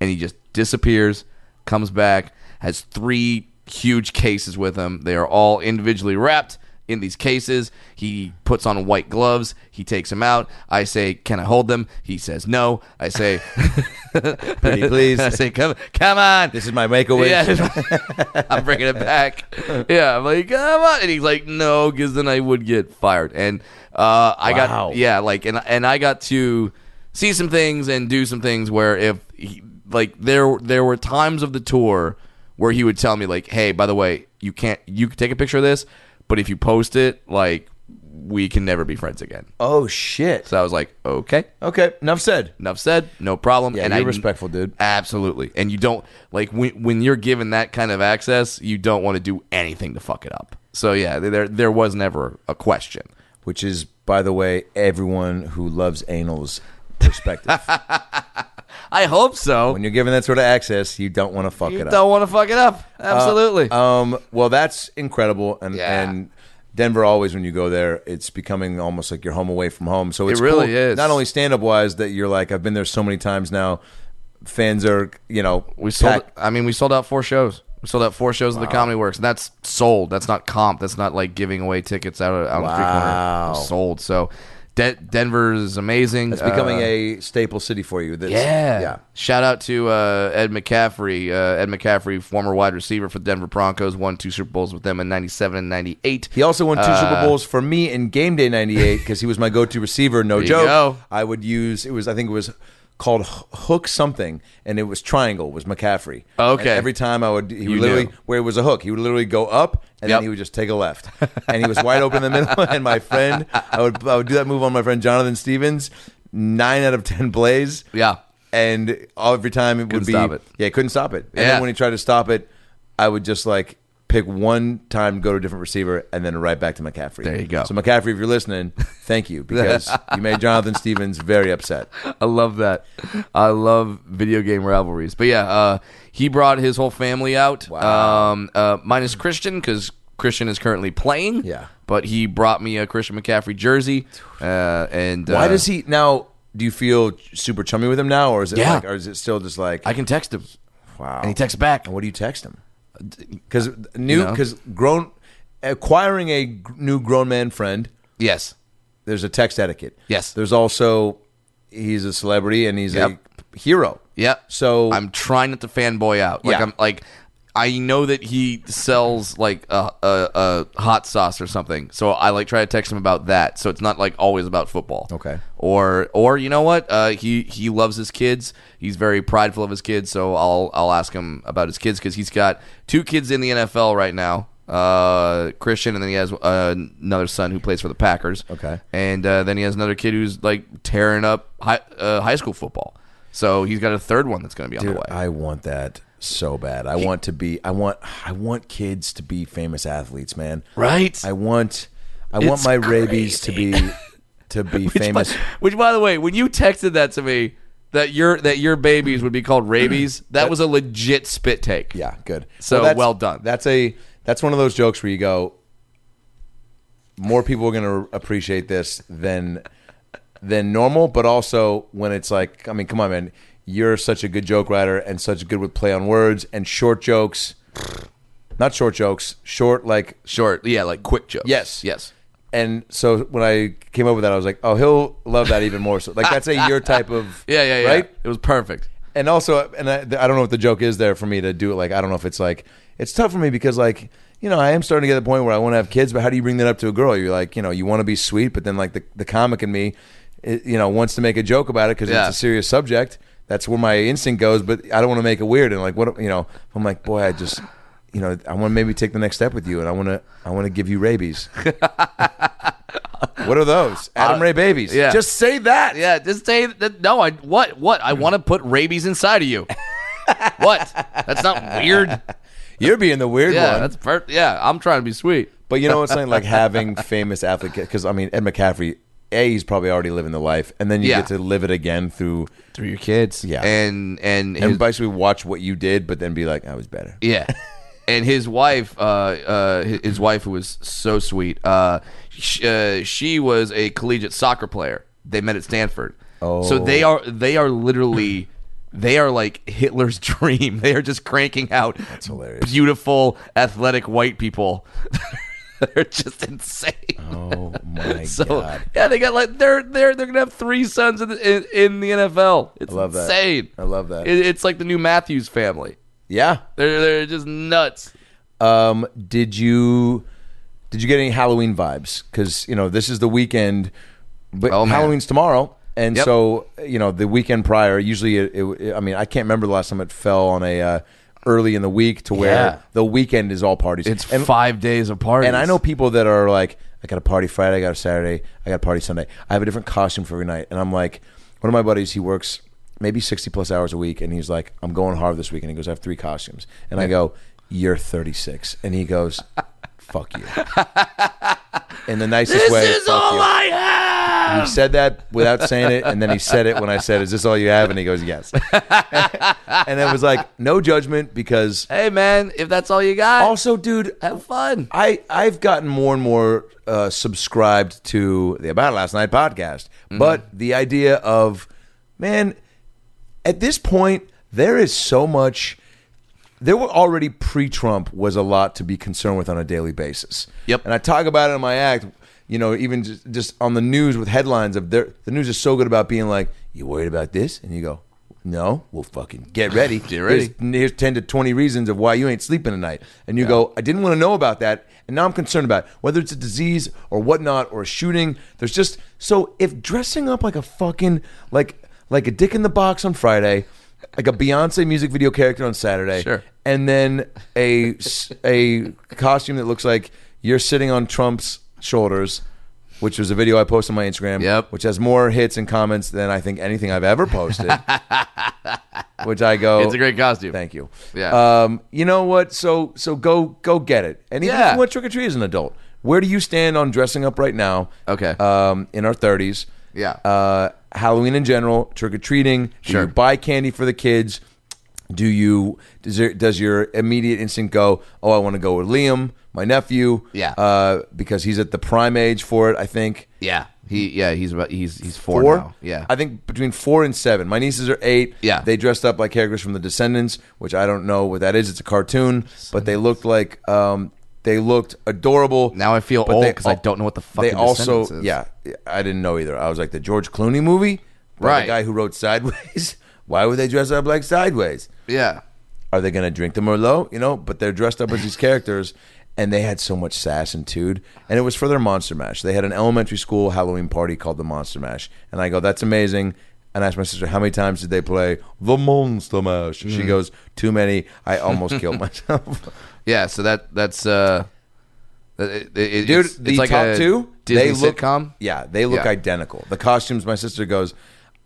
and he just disappears comes back has three huge cases with him they are all individually wrapped in these cases he puts on white gloves he takes them out i say can i hold them he says no i say Pretty please. i say come come on This is my microwave. yeah, I'm bringing it back. Yeah, I'm like, come on, and he's like, no, because then I would get fired. And uh, I Wow. got yeah, like, and and I got to see some things and do some things where if he, like there there were times of the tour where he would tell me like, hey, by the way, you can't you can take a picture of this, but if you post it, like, we can never be friends again. Oh shit. So I was like, okay. Okay, enough said. Enough said. No problem. Yeah, and you're I- respectful, dude. Absolutely. And you don't like when when you're given that kind of access, you don't want to do anything to fuck it up. So yeah, there there was never a question. Which is, by the way, everyone who loves anal's perspective. I hope so. when you're given that sort of access, you don't want to fuck You it Uh, don't want to fuck it up. Absolutely. up. Um, well, that's incredible, and Yeah. and Denver always when you go there, it's becoming almost like your home away from home. So it's really cool, is. not only stand up wise that you're like I've been there so many times now. Fans are, you know, we sold packed- I mean, we sold out four shows. So that four shows at the Comedy Works. And that's sold. That's not comp. That's not like giving away tickets out of out on the street corner. Wow. It's Sold. So De- Denver is amazing. It's becoming Uh, a staple city for you. That's, yeah. yeah. Shout out to uh, Ed McCaffrey. Uh, Ed McCaffrey, former wide receiver for the Denver Broncos, won two Super Bowls with them in '97 and '98. He also won two Uh, Super Bowls for me in game day '98 because he was my go-to receiver. No you joke. go. I would use it was I think it was called h- hook something, and it was triangle was McCaffrey. Okay. And every time I would, he would You literally knew. where it was a hook, he would literally go up, and Yep. then he would just take a left, and he was wide open in the middle. And my friend, I would I would do that move on my friend Jonathan Stevens. Nine out of ten plays. Yeah. And every time it would be stop it. yeah, couldn't stop it. And Yeah. then when he tried to stop it, I would just like pick one time, go to a different receiver, and then right back to McCaffrey. There you go. So McCaffrey, if you're listening, thank you because you made Jonathan Stevens very upset. I love that. I love video game rivalries. But yeah, uh, he brought his whole family out, Wow. um, uh, minus Christian because Christian is currently playing. Yeah. but he brought me a Christian McCaffrey jersey. Uh, and Why uh, does he now? Do you feel super chummy with him now, or is it Yeah. like, or is it still just like I can text him? wow? And he texts back. And what do you text him? Because new, know. because grown, acquiring a g- new grown man friend Yes, there's a text etiquette. Yes. There's also he's a celebrity and he's Yep. a hero. Yep. So I'm trying not to fanboy out. Like Yeah. I'm like I know that he sells like a, a, a hot sauce or something. So I like try to text him about that. So it's not like always about football. Okay. Or or you know what? Uh, he he loves his kids. He's very prideful of his kids. So I'll I'll ask him about his kids because he's got two kids in the NFL right now. Uh, Christian, and then he has uh, another son who plays for the Packers. Okay. and uh, then he has another kid who's like tearing up high, uh, high school football. So he's got a third one that's going to be on Dude, the way. I want that so bad. I want to be I want I want kids to be famous athletes, man. Right? I want I It's want my rabies to be to be famous. By, which, by the way, when you texted that to me, that your that your babies would be called rabies, that was a legit spit take. Yeah, good. So, that's- well done. That's a that's one of those jokes where you go more people are going to appreciate this than than normal, but also when it's like, I mean, come on, man, you're such a good joke writer and such good with play on words and short jokes. Not short jokes, short like Short, yeah, like quick jokes. Yes. yes. and so when I came up with that, I was like, oh, he'll love that even more. So like that's a your type of Yeah, yeah, yeah. right. It was perfect. And also, and I, I don't know what the joke is there for me to do it. Like I don't know if it's like it's tough for me because like you know I am starting to get to the point where I want to have kids, but how do you bring that up to a girl? You're like you know you want to be sweet, but then like the the comic in me, it, you know, wants to make a joke about it because Yeah. it's a serious subject. That's where my instinct goes, but I don't want to make it weird. And like what you know, I'm like boy, I just. You know, I want to maybe take the next step with you, and I want to, I want to give you rabies. what are those, Adam Ray babies? Uh, yeah. just say that. Yeah, just say that. No, I what what I want to put rabies inside of you. what? That's not weird. you're being the weird Yeah, one. that's perfect. Yeah, I'm trying to be sweet. But you know what's something like having famous athlete because I mean Ed McCaffrey, a he's probably already living the life, and then you Yeah. get to live it again through Through your kids. Yeah. and and his, and basically watch what you did, but then be like, I was better. Yeah. And his wife, uh, uh, hi- his wife who was so sweet, uh, sh- uh, she was a collegiate soccer player. They met at Stanford. Oh. So they are they are literally they are like Hitler's dream. They are just cranking out That's hilarious. beautiful, athletic white people. They're just insane. Oh my so god, yeah, they got like they're they're they're gonna have three sons in the, in, in the NFL. It's I love that. insane. I love that. It, it's like the new Matthews family. yeah. They're they're just nuts. Um, did you did you get any Halloween vibes? Because you know this is the weekend, but Oh, man. Halloween's tomorrow, and Yep. so you know the weekend prior. Usually, it, it, I mean, I can't remember the last time it fell on a uh, early in the week to where Yeah. the weekend is all parties. It's And- five days of parties. And I know people that are like, I got a party Friday, I got a Saturday, I got a party Sunday. I have a different costume for every night. And I'm like, one of my buddies, he works maybe 60 plus hours a week. And he's like, I'm going hard this weekend. He goes, I have three costumes. And I go, You're 36. And he goes, Fuck you. In the nicest this way. is "Fuck all you." I have. He said that without saying it, and then he said it when I said, "Is this all you have?" And he goes, "Yes." and it was like no judgment because Hey man, if that's all you got, also, dude, have fun. I I've gotten more and more uh, subscribed to the About Last Night podcast, Mm-hmm. but the idea of man, at this point, there is so much there were already pre-Trump was a lot to be concerned with on a daily basis. Yep. And I talk about it in my act, you know, even just, just on the news with headlines of their, the news is so good about being like, you worried about this? And you go, no, well, fucking get ready. Get ready. Here's, here's 10 to 20 reasons of why you ain't sleeping tonight. And you go, I didn't want to know about that. And now I'm concerned about it. whether it's a disease or whatnot or a shooting. There's just, so if dressing up like a fucking, like, like a dick in the box on Friday, like a Beyonce music video character on Saturday, Sure. and then a s- a costume that looks like you're sitting on Trump's shoulders, which was a video I posted on my Instagram, Yep. which has more hits and comments than I think anything I've ever posted. which I go, It's a great costume. Thank you. Yeah. Um, you know what? So so go go get it. And even Yeah. if you went trick or treat as an adult, where do you stand on dressing up right now? Okay. Um, in our thirties. Yeah. Uh, Halloween in general, trick or treating. Sure. Do you buy candy for the kids? Do you does, there, does your immediate instinct go? Oh, I want to go with Liam, my nephew. Yeah. Uh, because he's at the prime age for it. I think Yeah, he yeah he's about he's he's four, now. Yeah, I think between four and seven. My nieces are eight. Yeah. They dressed up like characters from The Descendants, which I don't know what that is. It's a cartoon, but they looked like um, they looked adorable. Now I feel but old they- 'cause I don't know what the fuck They The also Descendants is. yeah, I didn't know either. I was like the George Clooney movie, By Right. The guy who wrote Sideways. Why would they dress up like Sideways? yeah. are they going to drink the Merlot? You know, but they're dressed up as these characters, and they had so much sass and tude. And it was for their Monster Mash. They had an elementary school Halloween party called the Monster Mash, and I go, "That's amazing." And I asked my sister, "How many times did they play the Monster Mash?" Mm. She goes, "Too many. I almost killed myself." Yeah, so that that's uh, it, it, Dude, it's, the it's like top a two, Disney they look sitcom. Yeah, they look Yeah. identical. The costumes. My sister goes,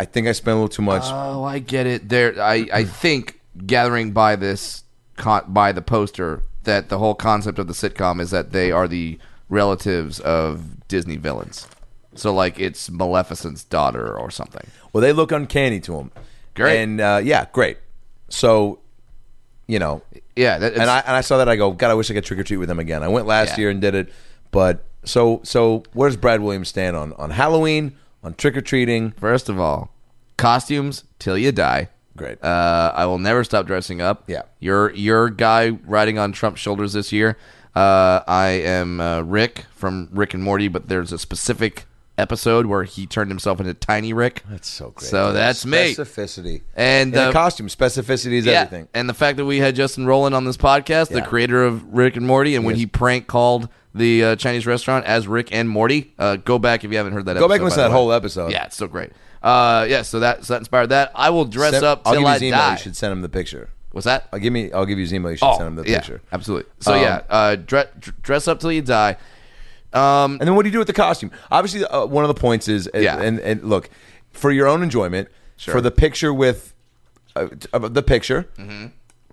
"I think I spent a little too much." Oh, I get it. There, I I think gathering by this con- by the poster that the whole concept of the sitcom is that they are the relatives of Disney villains. So like it's Maleficent's daughter or something. Well, they look uncanny to them. Great. And uh, yeah, great. So, you know, Yeah, that, and I and I saw that I go, God, I wish I could trick or treat with them again. I went last Yeah. year and did it, but so so where's Brad Williams stand on on Halloween on trick or treating? First of all, costumes till you die. Great. Uh, I will never stop dressing up. Yeah. Your your guy riding on Trump's shoulders this year. Uh, I am uh, Rick from Rick and Morty, but there's a specific episode where he turned himself into Tiny Rick. That's so Oh, great. So that's me. Specificity And, In a uh, costume specificity is everything. And the fact that we had Justin Roland on this podcast, the Yeah. creator of Rick and Morty, and when Yes. he prank called the uh, Chinese restaurant as Rick and Morty, uh, go back if you haven't heard that. Go back and episode, listen by to that the way. whole episode. Yeah, it's so great. Uh, yeah, so that so that inspired that. I will dress Send- up I'll till give you I his email. die. You should send him the picture. What's that? I'll give me. I'll give you his email. You should send him the Oh, yeah, picture. absolutely. So Um, yeah, uh, dre- dr- dress up till you die. And then what do you do with the costume? Obviously, uh, one of the points is, and, Yeah. and, and look, for your own enjoyment, Sure. for the picture with uh, t- uh, the picture, Mm-hmm.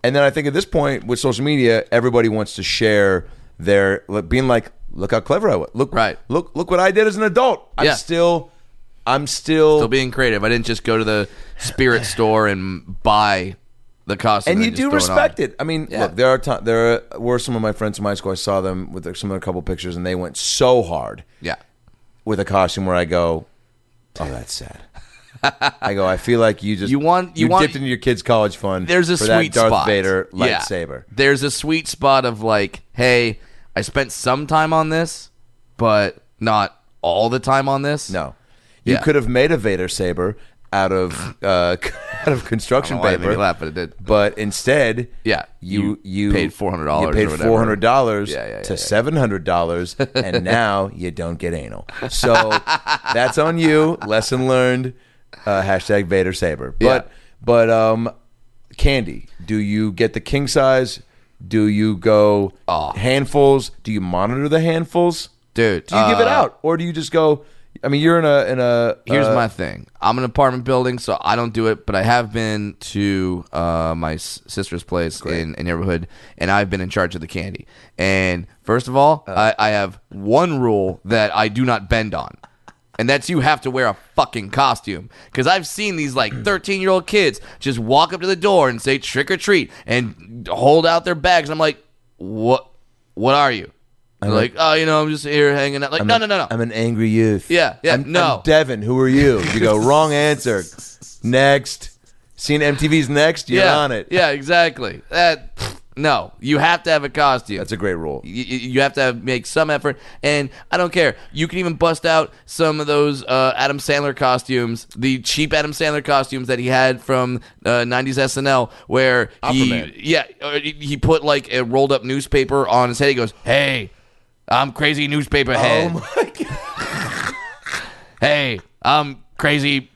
and then I think at this point with social media, everybody wants to share their like, being like, look how clever I was. Look, Right. Look, look what I did as an adult. I'm Yeah. still, I'm still, So being creative. I didn't just go to the spirit store and buy the costume. and you just do throw it on. respect it. I mean, Yeah. look, there are ti- there were some of my friends from high school. I saw them with their, some of their couple pictures, and they went so hard. Yeah. with a costume where I go, oh, that's sad. I go, I feel like you just You want- you want- dipped into your kid's college fund. There's a for sweet that Darth spot. Vader Yeah. lightsaber. There's a sweet spot of like, hey, I spent some time on this, but not all the time on this. No, you Yeah. could have made a Vader saber out of uh, out of construction I don't know why it paper. made me laugh, but it did. But instead, Yeah, you you you, paid $400 You paid or whatever. four hundred dollars Yeah, yeah, yeah, to yeah. seven hundred dollars, and now you don't get anal. So that's on you. Lesson learned. Uh, hashtag Vader Saber. But Yeah. but um, candy. Do you get the king size? Do you go Aw. handfuls? Do you monitor the handfuls? Dude, Do you give it uh, out, or do you just go? I mean, you're in a in a. Here's uh, my thing. I'm in an apartment building, so I don't do it. But I have been to uh, my s- sister's place in a neighborhood, and I've been in charge of the candy. And first of all, I, I have one rule that I do not bend on, and that's you have to wear a fucking costume. Because I've seen these like 13 year old kids just walk up to the door and say trick or treat and hold out their bags. And I'm like, what? What are you? They're like, oh, you know, I'm just here hanging out. Like, no, no, no, no. I'm an angry youth. Yeah, yeah, I'm, no. I'm Devin, who are you? You go, wrong answer. Next. Seen MTV's next, you're yeah, on it. Yeah, exactly. That No, you have to have a costume. That's a great rule. you, you have to have, make some effort, and I don't care. You can even bust out some of those uh, Adam Sandler costumes, the cheap Adam Sandler costumes that he had from uh, '90s SNL, where Aquaman. he, yeah, or he he put like a rolled up newspaper on his head. He goes, "Hey, I'm crazy Oh newspaper head. hey, I'm crazy."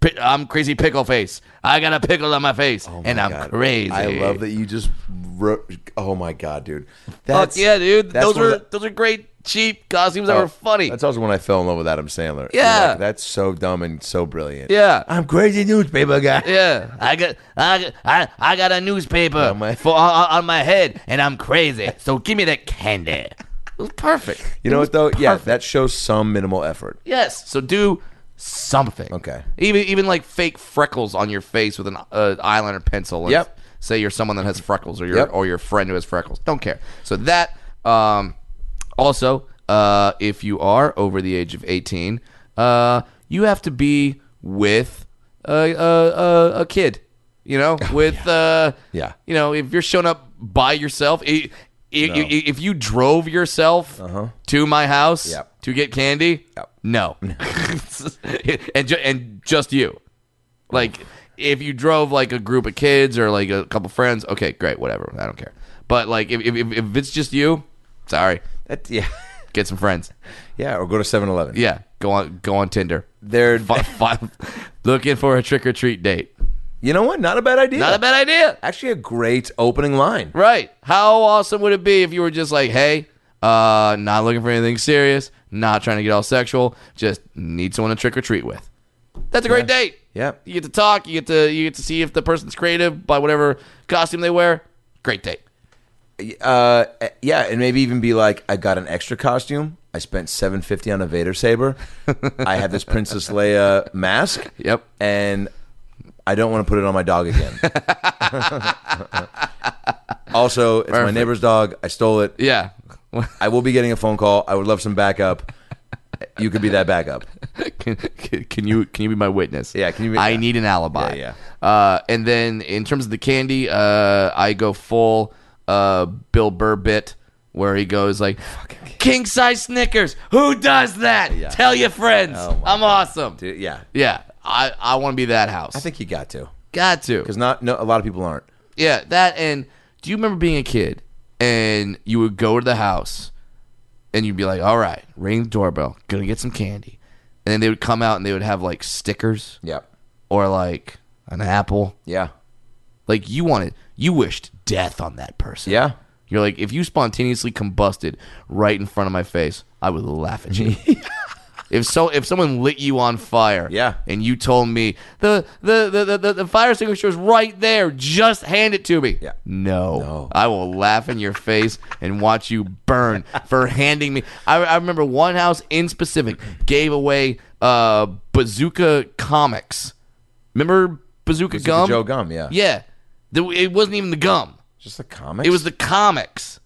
pi- I'm crazy pickle face. I got a pickle on my face, and I'm Oh God. crazy. I love that you just wrote. Oh my god, dude! Fuck That's, yeah, dude. that's Those one of are the- those are great cheap costumes that Oh, were funny. That's also when I fell in love with Adam Sandler. You're Yeah. like, that's so dumb and so brilliant. Yeah. I'm crazy newspaper guy. Yeah, I got I got, I, I got a newspaper On my- for, on, on my head, and I'm crazy. So give me that candy. It was perfect. You know what though? Yeah, that shows some minimal effort. Yes. So do something. Okay. Even even like fake freckles on your face with an uh, eyeliner pencil. and Yep. Say you're someone that has freckles, or your Yep. or your friend who has freckles. Don't care. So that. Um, also, uh, if you are over the age of 18, uh, you have to be with a a, a, a kid. You know, with uh, Oh, Yeah. You know, if you're showing up by yourself. i i i If you drove yourself to my house Uh-huh. Yep. to get candy, Yep. no, and ju- and just you. Like if you drove like a group of kids or like a couple friends, okay, great, whatever, I don't care. But like if if, if- if it's just you, sorry, That, yeah, get some friends. yeah. Or go to 7-Eleven. Yeah, go on go on Tinder. They're, Fi- fi- looking for a trick or treat date. you know what? Not a bad idea. Not a bad idea, Actually, a great opening line. right? How awesome would it be if you were just like, hey, uh, not looking for anything serious, not trying to get all sexual, just need someone to trick or treat with. That's a great date. Yeah. You get to talk. You get to you get to see if the person's creative by whatever costume they wear. Great date. Uh, yeah, and maybe even be like, I got an extra costume. I spent seven fifty on a Vader saber. I have this Princess Leia mask. Yep. and I don't want to put it on my dog again. also, it's my Perfect. neighbor's dog. I stole it. Yeah. I will be getting a phone call. I would love some backup. You could be that backup. can, can can you can you be my witness? Yeah, can you be- I yeah. need an alibi. Yeah, yeah. Uh, and then in terms of the candy, uh, I go full uh, Bill Burr bit where he goes like, "King size Snickers. Who does that? Tell your friends. I'm awesome. Oh Dude, yeah, Yeah, I I want to be that house. I think you got to got to because not no a lot of people aren't. yeah, that and do you remember being a kid and you would go to the house and you'd be like, "All right, ring the doorbell, gonna get some candy," and then they would come out and they would have like stickers Yep. or like an apple. Yeah. Like you wanted, you wished death on that person. Yeah. You're like, if you spontaneously combusted right in front of my face, I would laugh at you. if so, if someone lit you on fire, Yeah. and you told me the the the, the, the, the fire extinguisher is right there, just hand it to me. Yeah. No, No. I will laugh in your face and watch you burn for handing me. I, I remember one house in specific gave away uh, Bazooka Comics. Remember Bazooka, Gum? Joe Gum. Yeah. Yeah, The- it wasn't even the gum. Just the comics. It was the comics.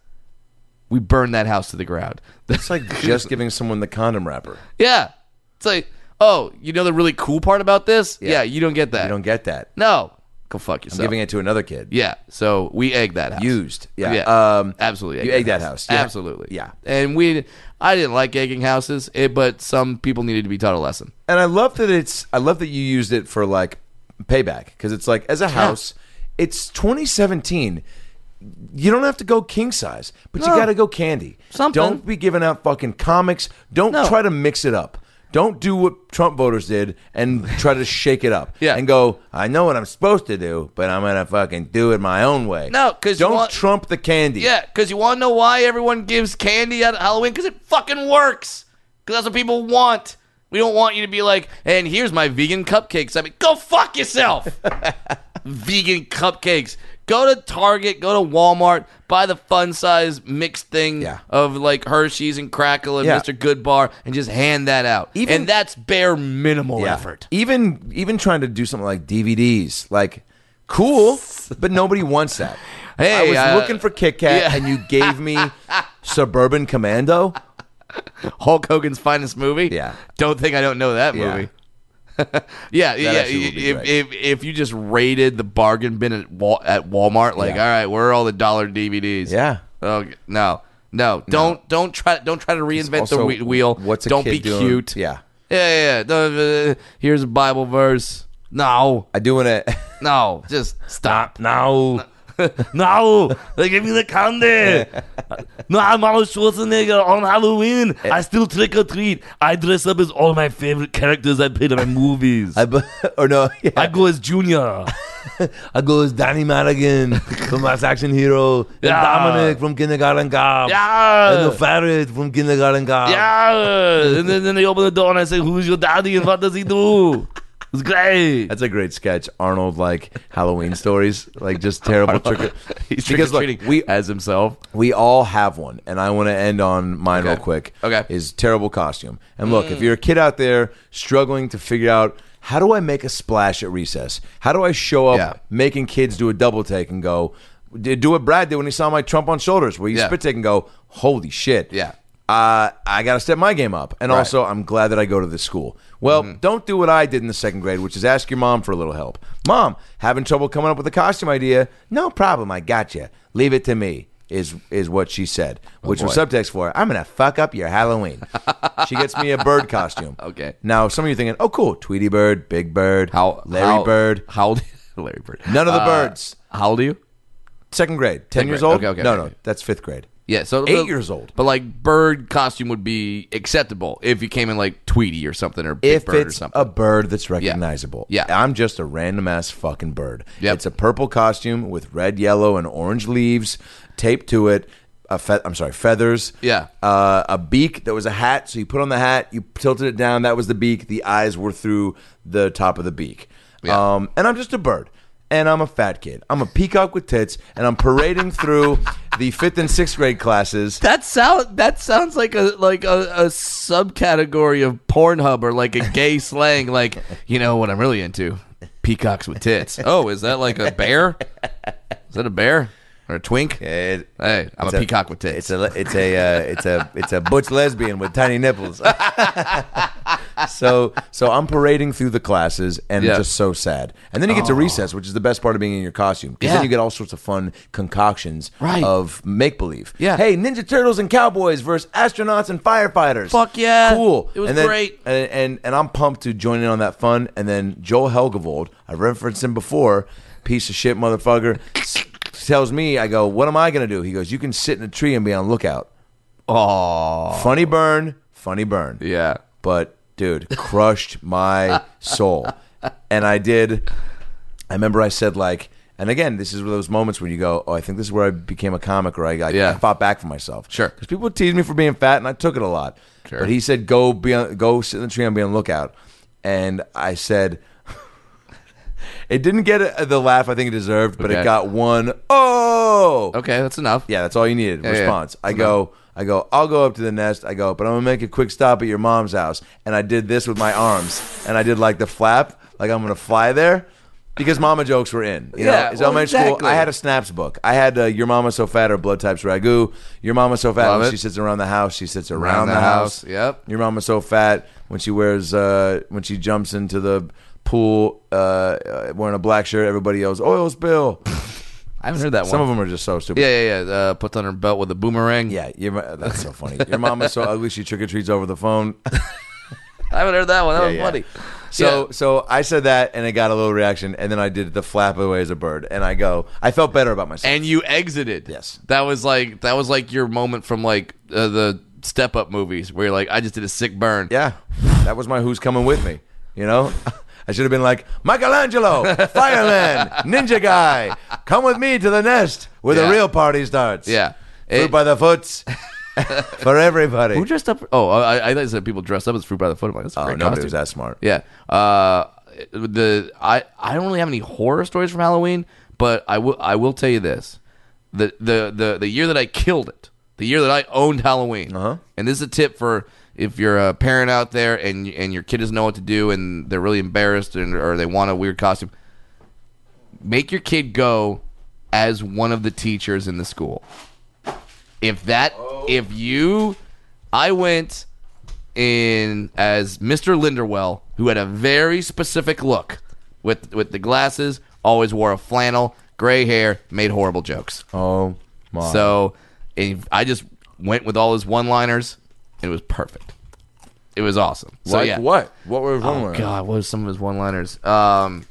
We burned that house to the ground. It's like just giving someone the condom wrapper. yeah. It's like, oh, you know the really cool part about this? Yeah, you don't get that. You don't get that. no. Go fuck yourself. Giving it to another kid. yeah. So we egged that house. Used. Yeah. Yeah. Um, Absolutely. you egged that house. Yeah. Absolutely. Yeah. And we I didn't like egging houses, eh, but some people needed to be taught a lesson. and I love that it's I love that you used it for like payback because it's like as a house, it's 2017. You don't have to go king size, but you No. got to go candy. Something. Don't be giving out fucking comics. Don't No. try to mix it up. Don't do what Trump voters did and try to shake it up. Yeah. And go, I know what I'm supposed to do, but I'm going to fucking do it my own way. No, 'cause you don't want- Trump the candy. Yeah, because you want to know why everyone gives candy at Halloween? Because it fucking works. Because that's what people want. We don't want you to be like, and here's my vegan cupcakes. I mean, go fuck yourself. vegan cupcakes. Go to Target, go to Walmart, buy the fun size mixed thing Yeah. of like Hershey's and Crackle and Yeah. Mr. Goodbar and just hand that out. Even- and that's bare minimal Yeah. effort. Even even trying to do something like DVDs, like cool, but nobody wants that. Hey, I was uh, looking for Kit Kat, yeah. and you gave me Suburban Commando. Hulk Hogan's finest movie? Yeah. Don't think I don't know that Yeah. movie. yeah, yeah. actually would be If, great. if, if you just raided the bargain bin at Wal- at Walmart, like, Yeah. all right, where are all the dollar DVDs? Yeah. Okay. Oh, No, no, don't don't try don't try to reinvent the Also, whe- wheel. What's a don't kid be doing? cute. Yeah, yeah, yeah. yeah. Don't- uh, here's a Bible verse. No, I do want to. no, just stop. No. no. They give me the candy. no, I'm Arnold Schwarzenegger on Halloween. Eh. I still trick or treat. I dress up as all my favorite characters I played in my movies. I I, b- or no, yeah. go as Junior. I go as Danny Madigan from Last Action Hero, Yeah. Dominic from Kindergarten Cop, Yeah. Ferret from Kindergarten Cop. Yeah. And then, then they open the door and I say, Who's your daddy and what does he do? It's great. That's a great sketch, Arnold. Like Halloween stories, like just terrible trick. He's Because, look, trick-or-treating we- as himself. We all have one, and I want to end on mine real quick. Okay. Mm. is terrible costume. And look, if you're a kid out there struggling to figure out how do I make a splash at recess, how do I show up Yeah. making kids do a double take and go, d- do what Brad did when he saw my Trump on shoulders, where you Yeah. spit take and go, holy shit, Yeah. Uh, I got to step my game up. And also, I'm glad that I go to this school. Well, Mm-hmm. don't do what I did in the second grade, which is ask your mom for a little help. Mom, having trouble coming up with a costume idea? No problem. I got you. Leave it to me. Is is what she said, which was Oh, boy. subtext for I'm gonna fuck up your Halloween. she gets me a bird costume. Okay. Now some of you are thinking, oh cool, Tweety Bird, Big Bird, How Larry how- Bird, How old? Larry Bird. none of the birds. How old are you? Second grade, ten Second years grade. old. Okay, okay, no, okay. no, that's fifth grade. Yeah, so Eight but- years old. But like bird costume would be acceptable if you came in like Tweety or something or Big if Bird or it's something. a bird that's recognizable. Yeah. I'm just a random ass fucking bird. Yep. It's a purple costume with red, yellow, and orange leaves taped to it. A fe- I'm sorry, feathers. Yeah. Uh, a beak that was a hat. So you put on the hat, you tilted it down. That was the beak. The eyes were through the top of the beak. Yeah. Um, and I'm just a bird. And I'm a fat kid. I'm a peacock with tits, and I'm parading through the fifth and sixth grade classes. that sound that sounds like a like a, a subcategory of Pornhub or like a gay slang. Like you know what I'm really into? Peacocks with tits. Oh, is that like a bear? Is that a bear or a twink? It- Hey, I'm It's a peacock with It's tits. a it's a uh, it's a it's a butch lesbian with tiny nipples. so so I'm parading through the classes and Yeah. Oh. it's just so sad. And then you get to recess, which is the best part of being in your costume because Yeah. then you get all sorts of fun concoctions Right. of make believe. Yeah. Hey, Ninja Turtles and cowboys versus astronauts and firefighters. Fuck yeah. Cool. It was And then- great. And, and and I'm pumped to join in on that fun. And then Joel Helgevold, I referenced him before, piece of shit motherfucker, s- tells me, I go, what am I gonna do? He goes, you can sit in a tree and be on lookout. Oh, funny burn, funny burn. yeah. But dude, crushed my soul, and I did. I remember I said like. And again, this is one of those moments where you go, "Oh, I think this is where I became a comic, or I, I, Yeah. I fought back for myself." Sure. because people teased me for being fat, and I took it a lot. Sure. But he said, "Go be on, go sit in the tree and be on the lookout," and I said, "It didn't get a, the laugh I think it deserved, but Okay. it got one oh Okay, that's enough. yeah, that's all you needed. yeah. response. I go, I go, I'll go up to the nest. I go, but I'm gonna make a quick stop at your mom's house. And I did this with my arms, and I did like the flap, like I'm gonna fly there. Because mama jokes were in, you Yeah, know. It's well, elementary school. exactly. I had a snaps book. I had uh, your mama so fat or blood types ragu. Your mama so fat Love when it. she sits around the house. She sits around, the the, house. house, yep. Your mama's so fat when she wears uh, when she jumps into the pool uh, uh, wearing a black shirt. Everybody yells oil spill. I haven't heard that Some one. of them are just so stupid. yeah, yeah, yeah. Uh, puts on her belt with a boomerang. Yeah, your, mo- that's so funny. Your mom is so ugly she trick or treats over the phone. I haven't heard that one. That was yeah. funny. So Yeah. so I said that and it got a little reaction and then I did the flap away as a bird and I go I felt better about myself. and you exited. Yes. that was like that was like your moment from like uh, the Step Up movies where you're like, I just did a sick burn. yeah, that was my who's coming with me. You know, I should have been like Michelangelo, Fireman, Ninja Guy, come with me to the nest where Yeah. the real party starts. Yeah. fruit It- by the foots for everybody. who dressed up? Oh, I, I- I thought you said people dressed up as fruit by the foot. I'm like, that's a oh, great nobody costume. was that smart. Yeah. Uh, the I I don't really have any horror stories from Halloween, but I will I will tell you this: the the the the year that I killed it, the year that I owned Halloween, uh-huh. and this is a tip for if you're a parent out there and and your kid doesn't know what to do and they're really embarrassed and or they want a weird costume, make your kid go as one of the teachers in the school. If that if you, I went in as Mr. Linderwell, who had a very specific look with with the glasses, always wore a flannel, gray hair, made horrible jokes. Oh my! So and I just went with all his one-liners. It was perfect. It was awesome. So like yeah. what? What were wrong Oh with it? God, what was some of his one-liners? Um,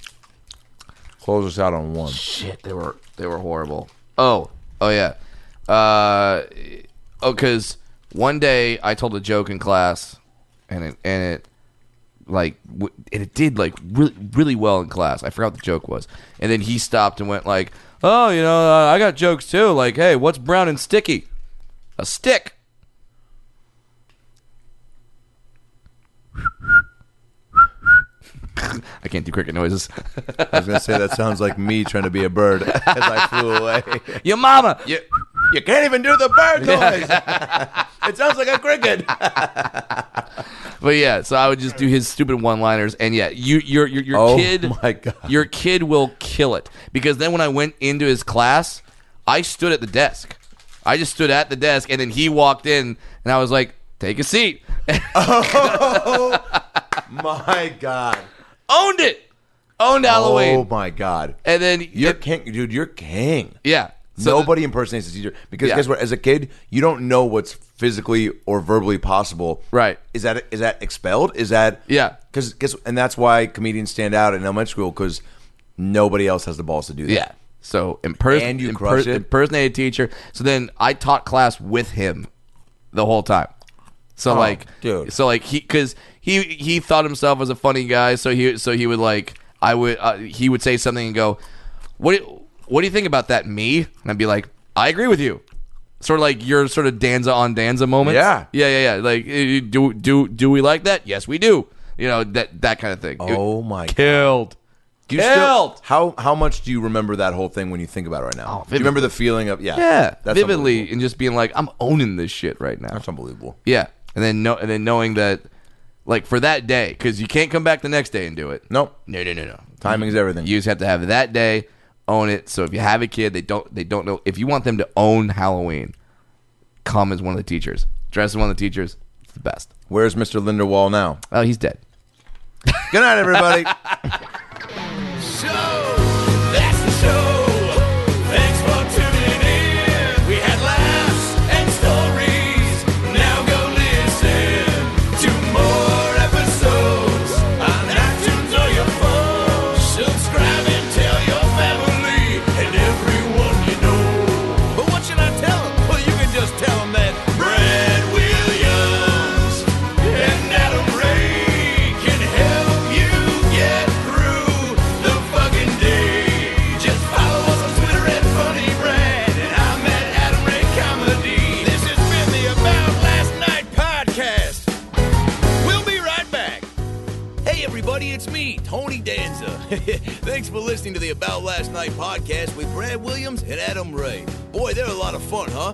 Close us out on one. shit, they were they were horrible. Oh, oh yeah. Uh, oh, because one day I told a joke in class, and it and it like w- and it did like really really well in class. I forgot what the joke was, and then he stopped and went like, "Oh, you know, uh, I got jokes too. Like, hey, what's brown and sticky? A stick." I can't do cricket noises. I was gonna say that sounds like me trying to be a bird as I flew away. Your mama. you, you can't even do the bird noise. it sounds like a cricket. But yeah, so I would just do his stupid one-liners, and yeah, you your your, your Oh kid, my God. your kid will kill it because then when I went into his class, I stood at the desk. I just stood at the desk, and then he walked in, and I was like, "Take a seat." My God. Owned it, owned Oh Halloween, my God. and then You're it- king, dude. You're king. yeah, so the- Nobody impersonates a teacher because Yeah. guess what? As a kid, you don't know what's physically or verbally possible. Right. Is that is that expelled? Is that Yeah. Because guess and that's why comedians stand out in elementary school because nobody else has the balls to do that. Yeah. So imperson- And you crush it. impersonate a teacher. So then I taught class with him the whole time. So Oh, like, dude. So like he because he he thought himself as a funny guy. So he so he would like I would uh, he would say something and go, what do- what do you think about that me? And I'd be like, I agree with you. Sort of like your sort of danza on danza moments. Yeah. yeah, yeah, yeah. Like eh, do do do we like that? Yes, we do. You know that that kind of thing. Oh my. God. killed. Do you Killed. how how much do you remember that whole thing when you think about it right now? do you Oh, vividly. remember the feeling of yeah? Yeah, unbelievable. vividly, and just being like, I'm owning this shit right now. That's unbelievable. Yeah, and then no, and then knowing that, like for that day, because you can't come back the next day and do it. Nope. no, no, no, no. Timing is everything. You just have to have that day, own it. So if you have a kid, they don't, they don't know. If you want them to own Halloween, come as one of the teachers, dress as one of the teachers. It's the best. Where's Mr. Linderwall now? Oh, he's dead. Good night, everybody. So that's the show. Thanks for tuning in. We had laughs and stories. Now go listen to more episodes on iTunes or your phone. Subscribe and tell your family and everyone you know. But what should I tell them? Well, you can just tell them that Brad Williams and Adam Ray can help you get through the fucking day. Just follow us on Twitter at Funny Brad, and I'm at Adam Ray Comedy. This has been the About Last Night podcast. We'll be right back. Hey, everybody, it's me, Tony Danza. Thanks for listening to the About Last Night podcast with Brad Williams and Adam Ray. Boy, they're a lot of fun, huh?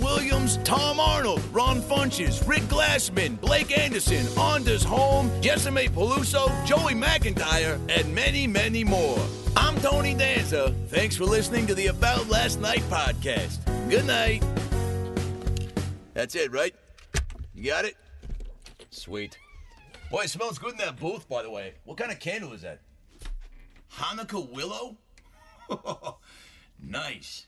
Williams, Tom Arnold, Ron Funches, Rick Glassman, Blake Anderson, Anders Holm, Jessime Peluso, Joey McIntyre, and many, many more. I'm Tony Danza. Thanks for listening to the About Last Night podcast. Good night. That's it, right? You got it? Sweet. Boy, it smells good in that booth, by the way. What kind of candle is that? Hanukkah willow? nice.